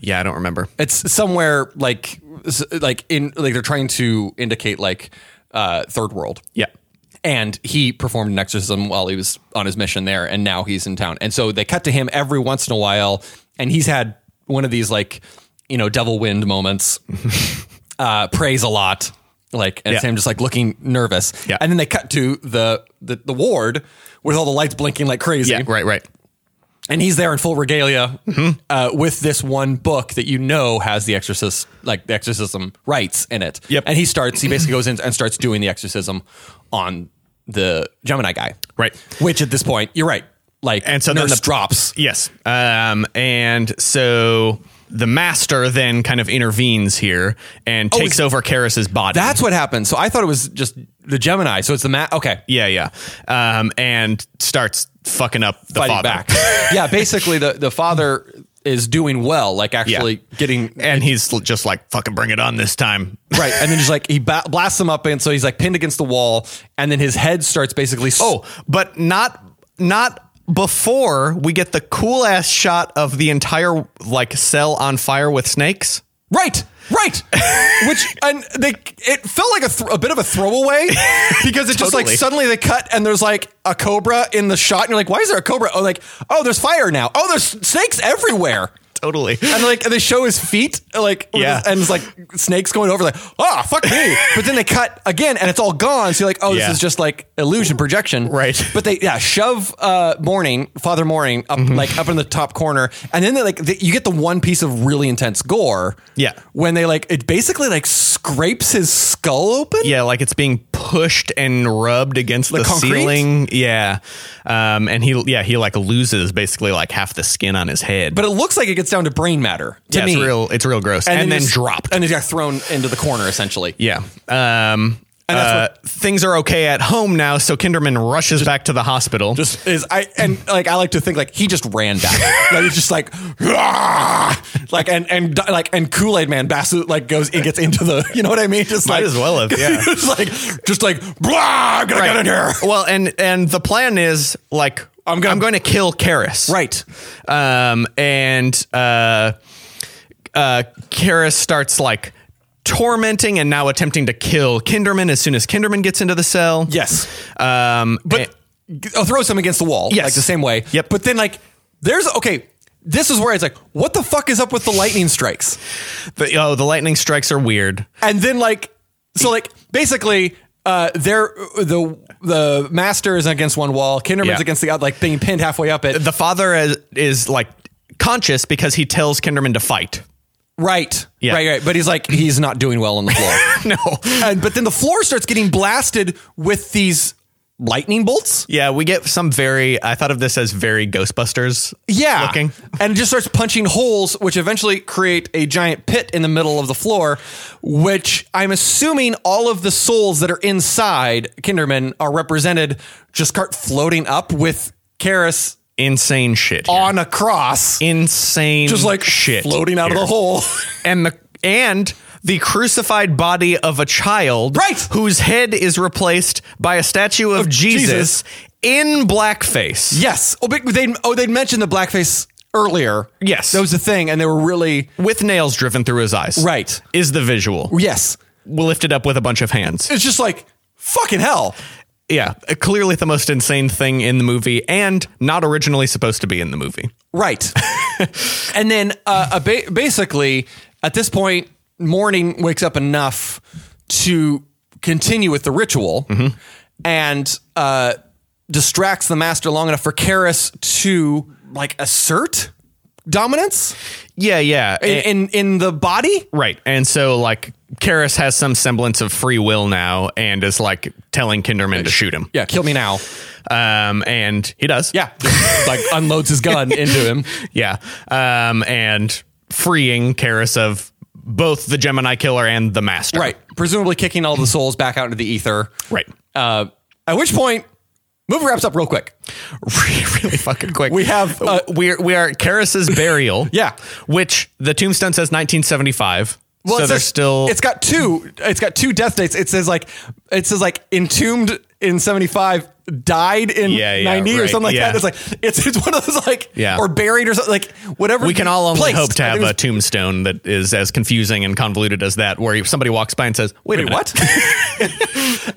Yeah, I don't remember. It's somewhere like s- like in like they're trying to indicate like uh third world Yeah. and he performed an exorcism while he was on his mission there and now he's in town and so they cut to him every once in a while and he's had one of these like you know devil <laughs> wind moments uh prays a lot like and it's Yeah. him just like looking nervous Yeah. and then they cut to the, the the ward with all the lights blinking like crazy Yeah, right, right. and he's there in full regalia Mm-hmm. uh, with this one book that you know has the exorcist like the exorcism rites in it Yep. and he starts he basically goes in and starts doing the exorcism on the gemini guy Right. which at this point you're right like And so then nurse the- drops Yes. Um, and so the master then kind of intervenes here and takes Oh, is- over Karis's body. that's what happened so i thought it was just the gemini so it's the ma- okay Yeah, yeah. Um, and starts fucking up the fighting father. back yeah basically the the father is doing well like actually getting <laughs> and he's l- just like, fucking bring it on this time. <laughs> Right, and then just like he ba- blasts him up, and so he's like pinned against the wall, and then his head starts basically. s- Oh, but not not before we get the cool ass shot of the entire like cell on fire with snakes. Right, right. Which and they it felt like a, th- a bit of a throwaway <laughs> because it just like Totally. suddenly they cut and there's like a cobra in the shot and you're like why is there a cobra? Oh like oh there's fire now. Oh there's snakes everywhere. Totally. <laughs> And like and they show his feet like with Yeah. his- and it's like snakes going over like oh fuck me. But then they cut again and it's all gone. So you're like oh Yeah. this is just like illusion projection. Right. But they yeah shove uh morning father morning up Mm-hmm. like up in the top corner and then they like they, you get the one piece of really intense gore. Yeah. When they like it basically like scrapes his skull open. Yeah, like it's being pushed and rubbed against the, concrete? ceiling. Yeah. Um, and he yeah, he like loses basically like half the skin on his head. But it looks like it gets down to brain matter to yeah, me. it's real it's real gross. And, then it's- dropped. And he got thrown into the corner essentially. Yeah. Um, uh, things are okay at home now, so Kinderman rushes back to the hospital. just is I and like I like to think like he just ran back. <laughs> like it's just like "Rah!" like and and like and Kool Aid Man Basu like goes it gets into the you know what I mean? Just Might like as well <laughs> have, yeah. just like just like blah, I'm gonna get in here. well, and and the plan is like I'm gonna- I'm going to kill Karis. Right. Um, and uh, uh, Karis starts like tormenting and now attempting to kill Kinderman as soon as Kinderman gets into the cell. Yes. Um, But oh, throws him against the wall. Yes. Like the same way. Yep. But then like there's okay. This is where it's like, what the fuck is up with the lightning strikes? the, oh, the lightning strikes are weird. and then like so like basically uh they're the the master is against one wall kinderman's Yeah. against the other like being pinned halfway up it The father is, is like conscious because he tells Kinderman to fight. right Yeah. right right but he's like he's not doing well on the floor <laughs> No. and but then the floor starts getting blasted with these lightning bolts. Yeah, we get some very. I thought of this as very Ghostbusters. Yeah. looking. <laughs> And it just starts punching holes, which eventually create a giant pit in the middle of the floor, which I'm assuming all of the souls that are inside Kinderman are represented just start floating up with Karis Insane shit. here. on a cross. insane, Just like shit floating out of here. the hole. <laughs> and the and the crucified body of a child, Right. whose head is replaced by a statue of, Jesus, Jesus. in blackface. yes. Oh, but they oh they mentioned the blackface earlier. Yes. that was the thing, and they were really with nails driven through his eyes. Right. Is the visual. yes. We'll lift it up with a bunch of hands. It's just like fucking hell. Yeah. Uh, Clearly the most insane thing in the movie and not originally supposed to be in the movie. Right. <laughs> and then uh, a ba- basically, at this point, Morning wakes up enough to continue with the ritual and uh, distracts the master long enough for Karis to like assert dominance Yeah, yeah. in, And- in, in the body. right. And so like Karis has some semblance of free will now and is like telling Kinderman to shoot him. Yeah, kill me now. Um and he does. <laughs> Yeah, Just, <laughs> like unloads his <laughs> gun into him. Yeah. Um and freeing Karis of both the Gemini killer and the master. Right, presumably kicking all the souls back out into the ether. Right. Uh, at which point, movie wraps up real quick. <laughs> really fucking quick. We have, uh, we are we are at Karis's burial. <laughs> Yeah. which the tombstone says 1975. so it they're says- still. It's got two. It's got two death dates. It says like it says like entombed in seventy five, died in Yeah, yeah, ninety or right, something like yeah. that. It's like it's it's one of those like Yeah. or buried or something like whatever. we can all only placed. hope to I have think a it's- tombstone that is as confusing and convoluted as that, where somebody walks by and says, "Wait, a Wait, minute. what?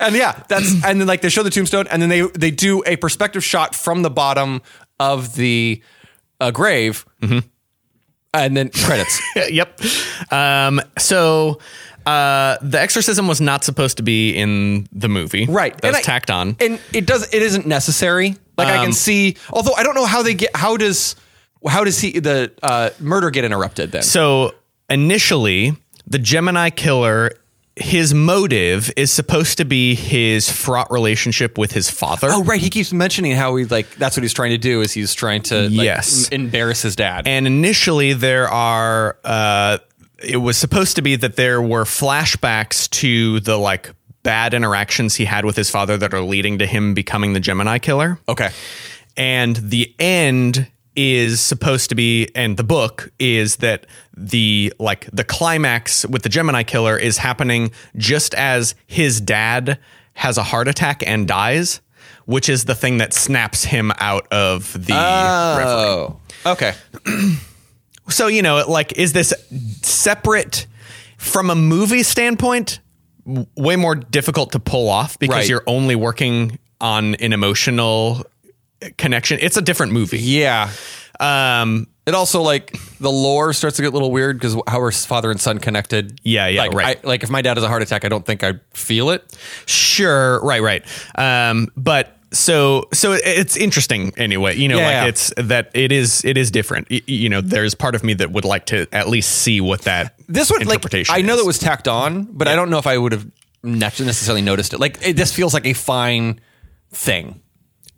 <laughs> <laughs> and yeah, that's and then like they show the tombstone and then they they do a perspective shot from the bottom of the uh, grave. Mm-hmm. And then credits. <laughs> yep. Um, so uh, the exorcism was not supposed to be in the movie. right That was And I- tacked on. and it does it isn't necessary like i Um, can see although i don't know how they get how does how does he the uh murder get interrupted then So initially, the Gemini killer, his motive is supposed to be his fraught relationship with his father. oh right he keeps mentioning how he like that's what he's trying to do is he's trying to like, Yes. m- embarrass his dad And initially, there are. Uh, it was supposed to be that there were flashbacks to the like bad interactions he had with his father that are leading to him becoming the Gemini killer. okay And the end is supposed to be and the book is that the like the climax with the Gemini killer is happening just as his dad has a heart attack and dies, which is the thing that snaps him out of the reverie. oh okay So you know, like, is this separate from a movie standpoint? w- Way more difficult to pull off because Right. you're only working on an emotional connection. It's a different movie. yeah Um, it also like the lore starts to get a little weird because how are father and son connected Yeah, yeah, like, right. I, like if my dad has a heart attack i don't think i'd feel it sure, right, right. Um, but so so it- it's interesting anyway. You know, Yeah, like yeah. it's that it is it is different. Y- y- you know, there's part of me that would like to at least see what that this one like interpretation i know is. that was tacked on but i don't know if i would have nec- necessarily noticed it like it, this feels like a fine thing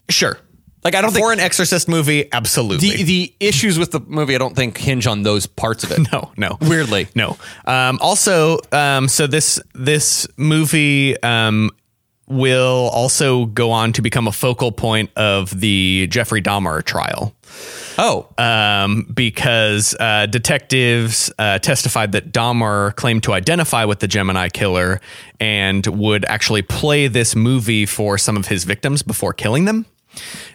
sure. like i don't For think an exorcist movie, absolutely. the, the issues with the movie i don't think hinge on those parts of it <laughs> No, no. Weirdly. no. Um, also, um, so this this movie um, will also go on to become a focal point of the Jeffrey Dahmer trial oh um, because uh, detectives uh, testified that Dahmer claimed to identify with the Gemini killer and would actually play this movie for some of his victims before killing them.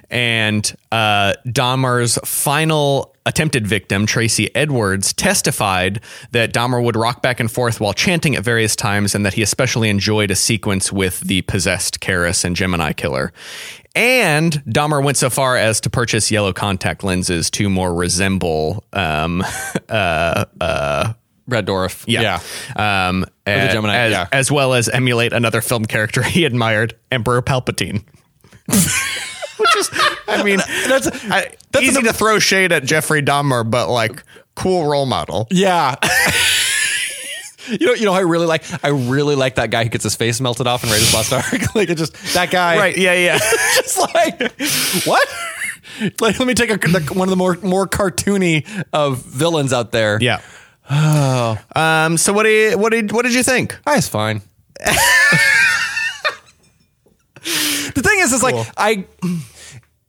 And uh, Dahmer's final attempted victim, Tracy Edwards, testified that Dahmer would rock back and forth while chanting at various times and that he especially enjoyed a sequence with the possessed Karis and Gemini killer. And Dahmer went so far as to purchase yellow contact lenses to more resemble, um, brad dorff yeah, Um, the a- Gemini, as, yeah. as well as emulate another film character he admired, Emperor Palpatine. <laughs> Which is, I mean, that's I, that's easy <laughs> to throw shade at Jeffrey Dahmer, but like cool role model. yeah <laughs> You know, you know, I really like, I really like that guy who gets his face melted off in Raiders of the Lost Ark. <laughs> like, it just that guy, Right. Yeah. Yeah. <laughs> just like what? <laughs> like, let me take a, the, one of the more more cartoony of villains out there. yeah. <sighs> Um. So what do you, what did what did you think? Ah, it's fine. <laughs> the thing is, is Cool. like I.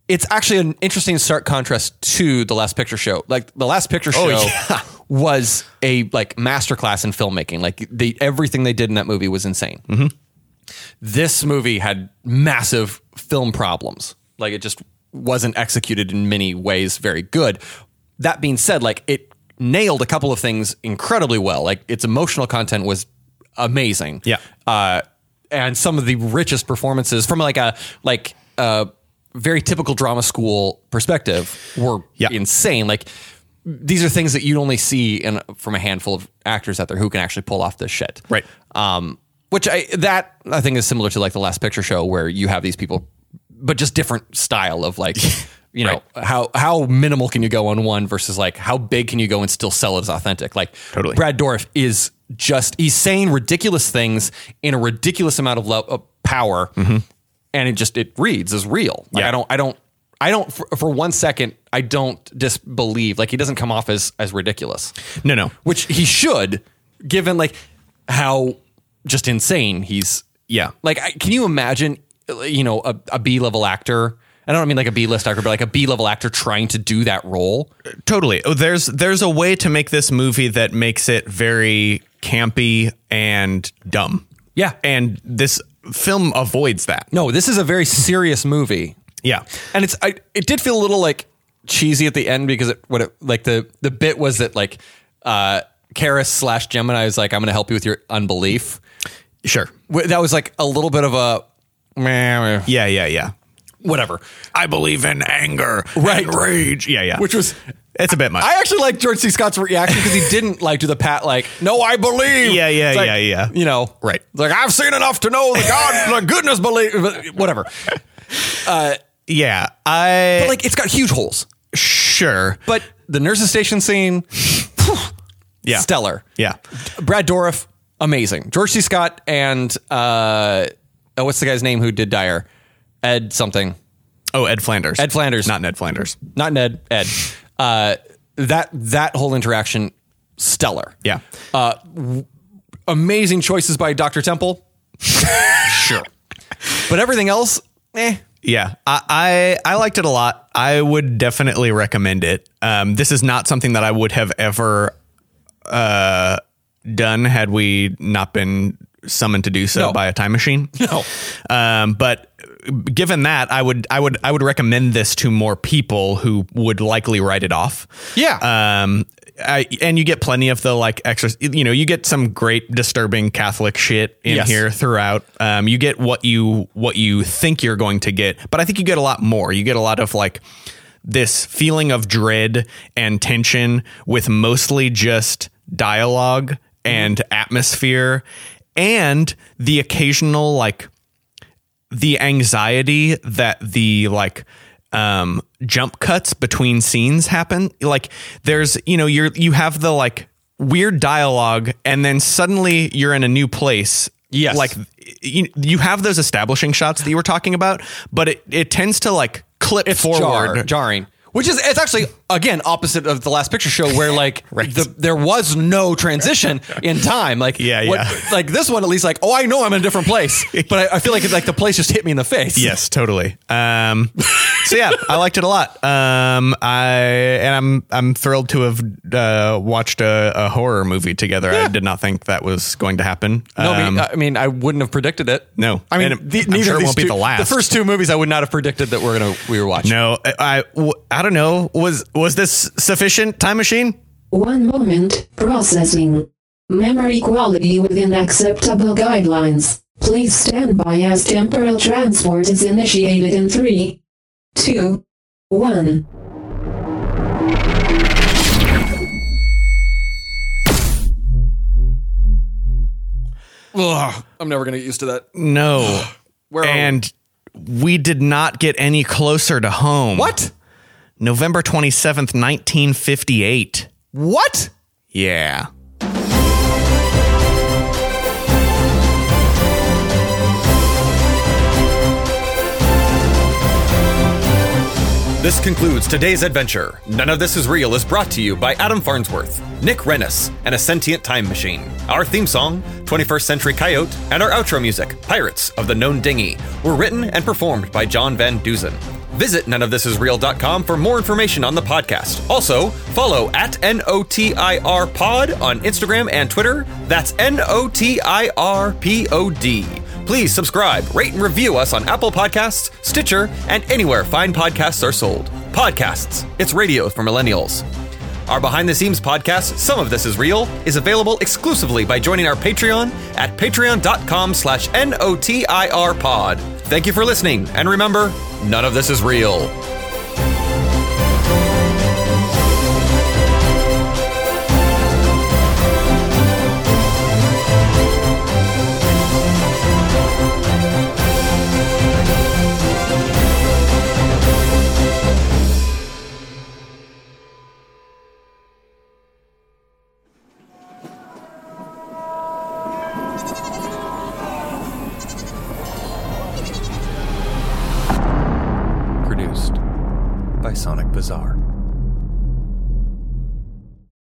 It's actually an interesting stark contrast to the Last Picture Show. Like the Last Picture Show yeah. was a like masterclass in filmmaking. Like the everything they did in that movie was insane. This movie had massive film problems. Like it just wasn't executed in many ways very good. That being said, like it nailed a couple of things incredibly well. Like its emotional content was amazing. Yeah. Uh, and some of the richest performances from like a like a very typical drama school perspective were Yeah. insane. Like these are things that you'd only see in from a handful of actors out there who can actually pull off this shit. Right. Um, which I that I think is similar to like the Last Picture Show where you have these people, but just different style <laughs> of like. You know how how minimal can you go on one versus like how big can you go and still sell it as authentic? Like Totally. Brad Dorff is just he's saying ridiculous things in a ridiculous amount of, lo- of power, and it just it reads as real. Like Mm-hmm. Yeah. I don't I don't I don't for, for one second I don't disbelieve. Like he doesn't come off as as ridiculous, No. No. which he should, given like how just insane he's. Yeah. Like, I, can you imagine? uh, You know, a, a B level actor. I don't mean like a B list actor, but like a B level actor trying to do that role. Totally. Oh, there's there's a way to make this movie that makes it very campy and dumb. Yeah. And this film avoids that. No, this is a very serious movie. Yeah. and it's I it did feel a little like cheesy at the end because it what it like the the bit was that like uh Karis slash Gemini is like I'm gonna help you with your unbelief. Sure. Wh- That was like a little bit of a meh, meh, Yeah, yeah, yeah. whatever, I believe in anger Right. and rage. Yeah, yeah. which was. it's a bit much. I actually like George C. Scott's reaction <laughs> because he didn't like do the pat like no I believe Yeah, yeah, It's like, yeah, yeah. you know Right. It's like I've seen enough to know the <laughs> God the goodness believe whatever yeah. I but like it's got huge holes sure. but the nurses station scene <sighs> Yeah. stellar Yeah. Brad Dorff, amazing. George C. Scott and uh, oh, what's the guy's name who did Dyer? Ed something. Oh, Ed Flanders. Ed Flanders. Not Ned Flanders. Not Ned. Ed. Uh, that that whole interaction, stellar. Yeah. Amazing choices by Doctor Temple, sure. <laughs> but everything else, eh? Yeah, I, I I liked it a lot. I would definitely recommend it. Um, this is not something that I would have ever uh, done had we not been summoned to do so No. by a time machine. <laughs> No. Um, but given that, I would I would I would recommend this to more people who would likely write it off. Yeah. Um, I, and you get plenty of the like extra, you know, you get some great disturbing Catholic shit in Yes. here throughout. Um, you get what you what you think you're going to get, but I think you get a lot more. You get a lot of like this feeling of dread and tension with mostly just dialogue and atmosphere and the occasional like the anxiety that the like um jump cuts between scenes happen like there's you know you're you have the like weird dialogue and then suddenly you're in a new place Yes. like you, you have those establishing shots that you were talking about but it it tends to like clip Jar- forward jarring. Which is it's actually again opposite of the last picture show where <laughs> like the, there was no transition in time like Yeah, yeah. like this one at least like oh I know I'm in a <laughs> different place but I, I feel like it's like the place just hit me in the face Yes, totally. Um, <laughs> so yeah, I liked it a lot. Um, I and I'm I'm thrilled to have uh, watched a, a horror movie together. I did not think that was going to happen. No, I Um, mean- I mean, I wouldn't have predicted it. No. I mean, And the, I'm neither sure of it these won't be two- the last. The first two movies, I would not have predicted that we're gonna we were watching. no, I, I w- I don't know. Was was this sufficient time machine? One moment, processing. Memory quality within acceptable guidelines. Please stand by as temporal transport is initiated in 3, 2, 1. Ugh, I'm never gonna get used to that. <gasps> No, <gasps> Where are we? and we did not get any closer to home. what? November twenty seventh, nineteen fifty eight. What? Yeah. This concludes today's adventure. None of This Is Real is brought to you by Adam Farnsworth, Nick Rennis, and A Sentient Time Machine. Our theme song, 21st Century Coyote, and our outro music, Pirates of the Known Dinghy, were written and performed by John Van Dusen. Visit noneofthisisreal.com for more information on the podcast. Also, follow at NOTIR pod on Instagram and Twitter. That's NOTIR pod. Please subscribe, rate, and review us on Apple Podcasts, Stitcher, and anywhere fine podcasts are sold. Podcasts, it's radio for millennials. Our behind the scenes podcast, Some of This Is Real, is available exclusively by joining our Patreon at patreon.com slash N-O-T-I-R pod. Thank you for listening, and remember, none of this is real. Produced by Sonic Bazaar.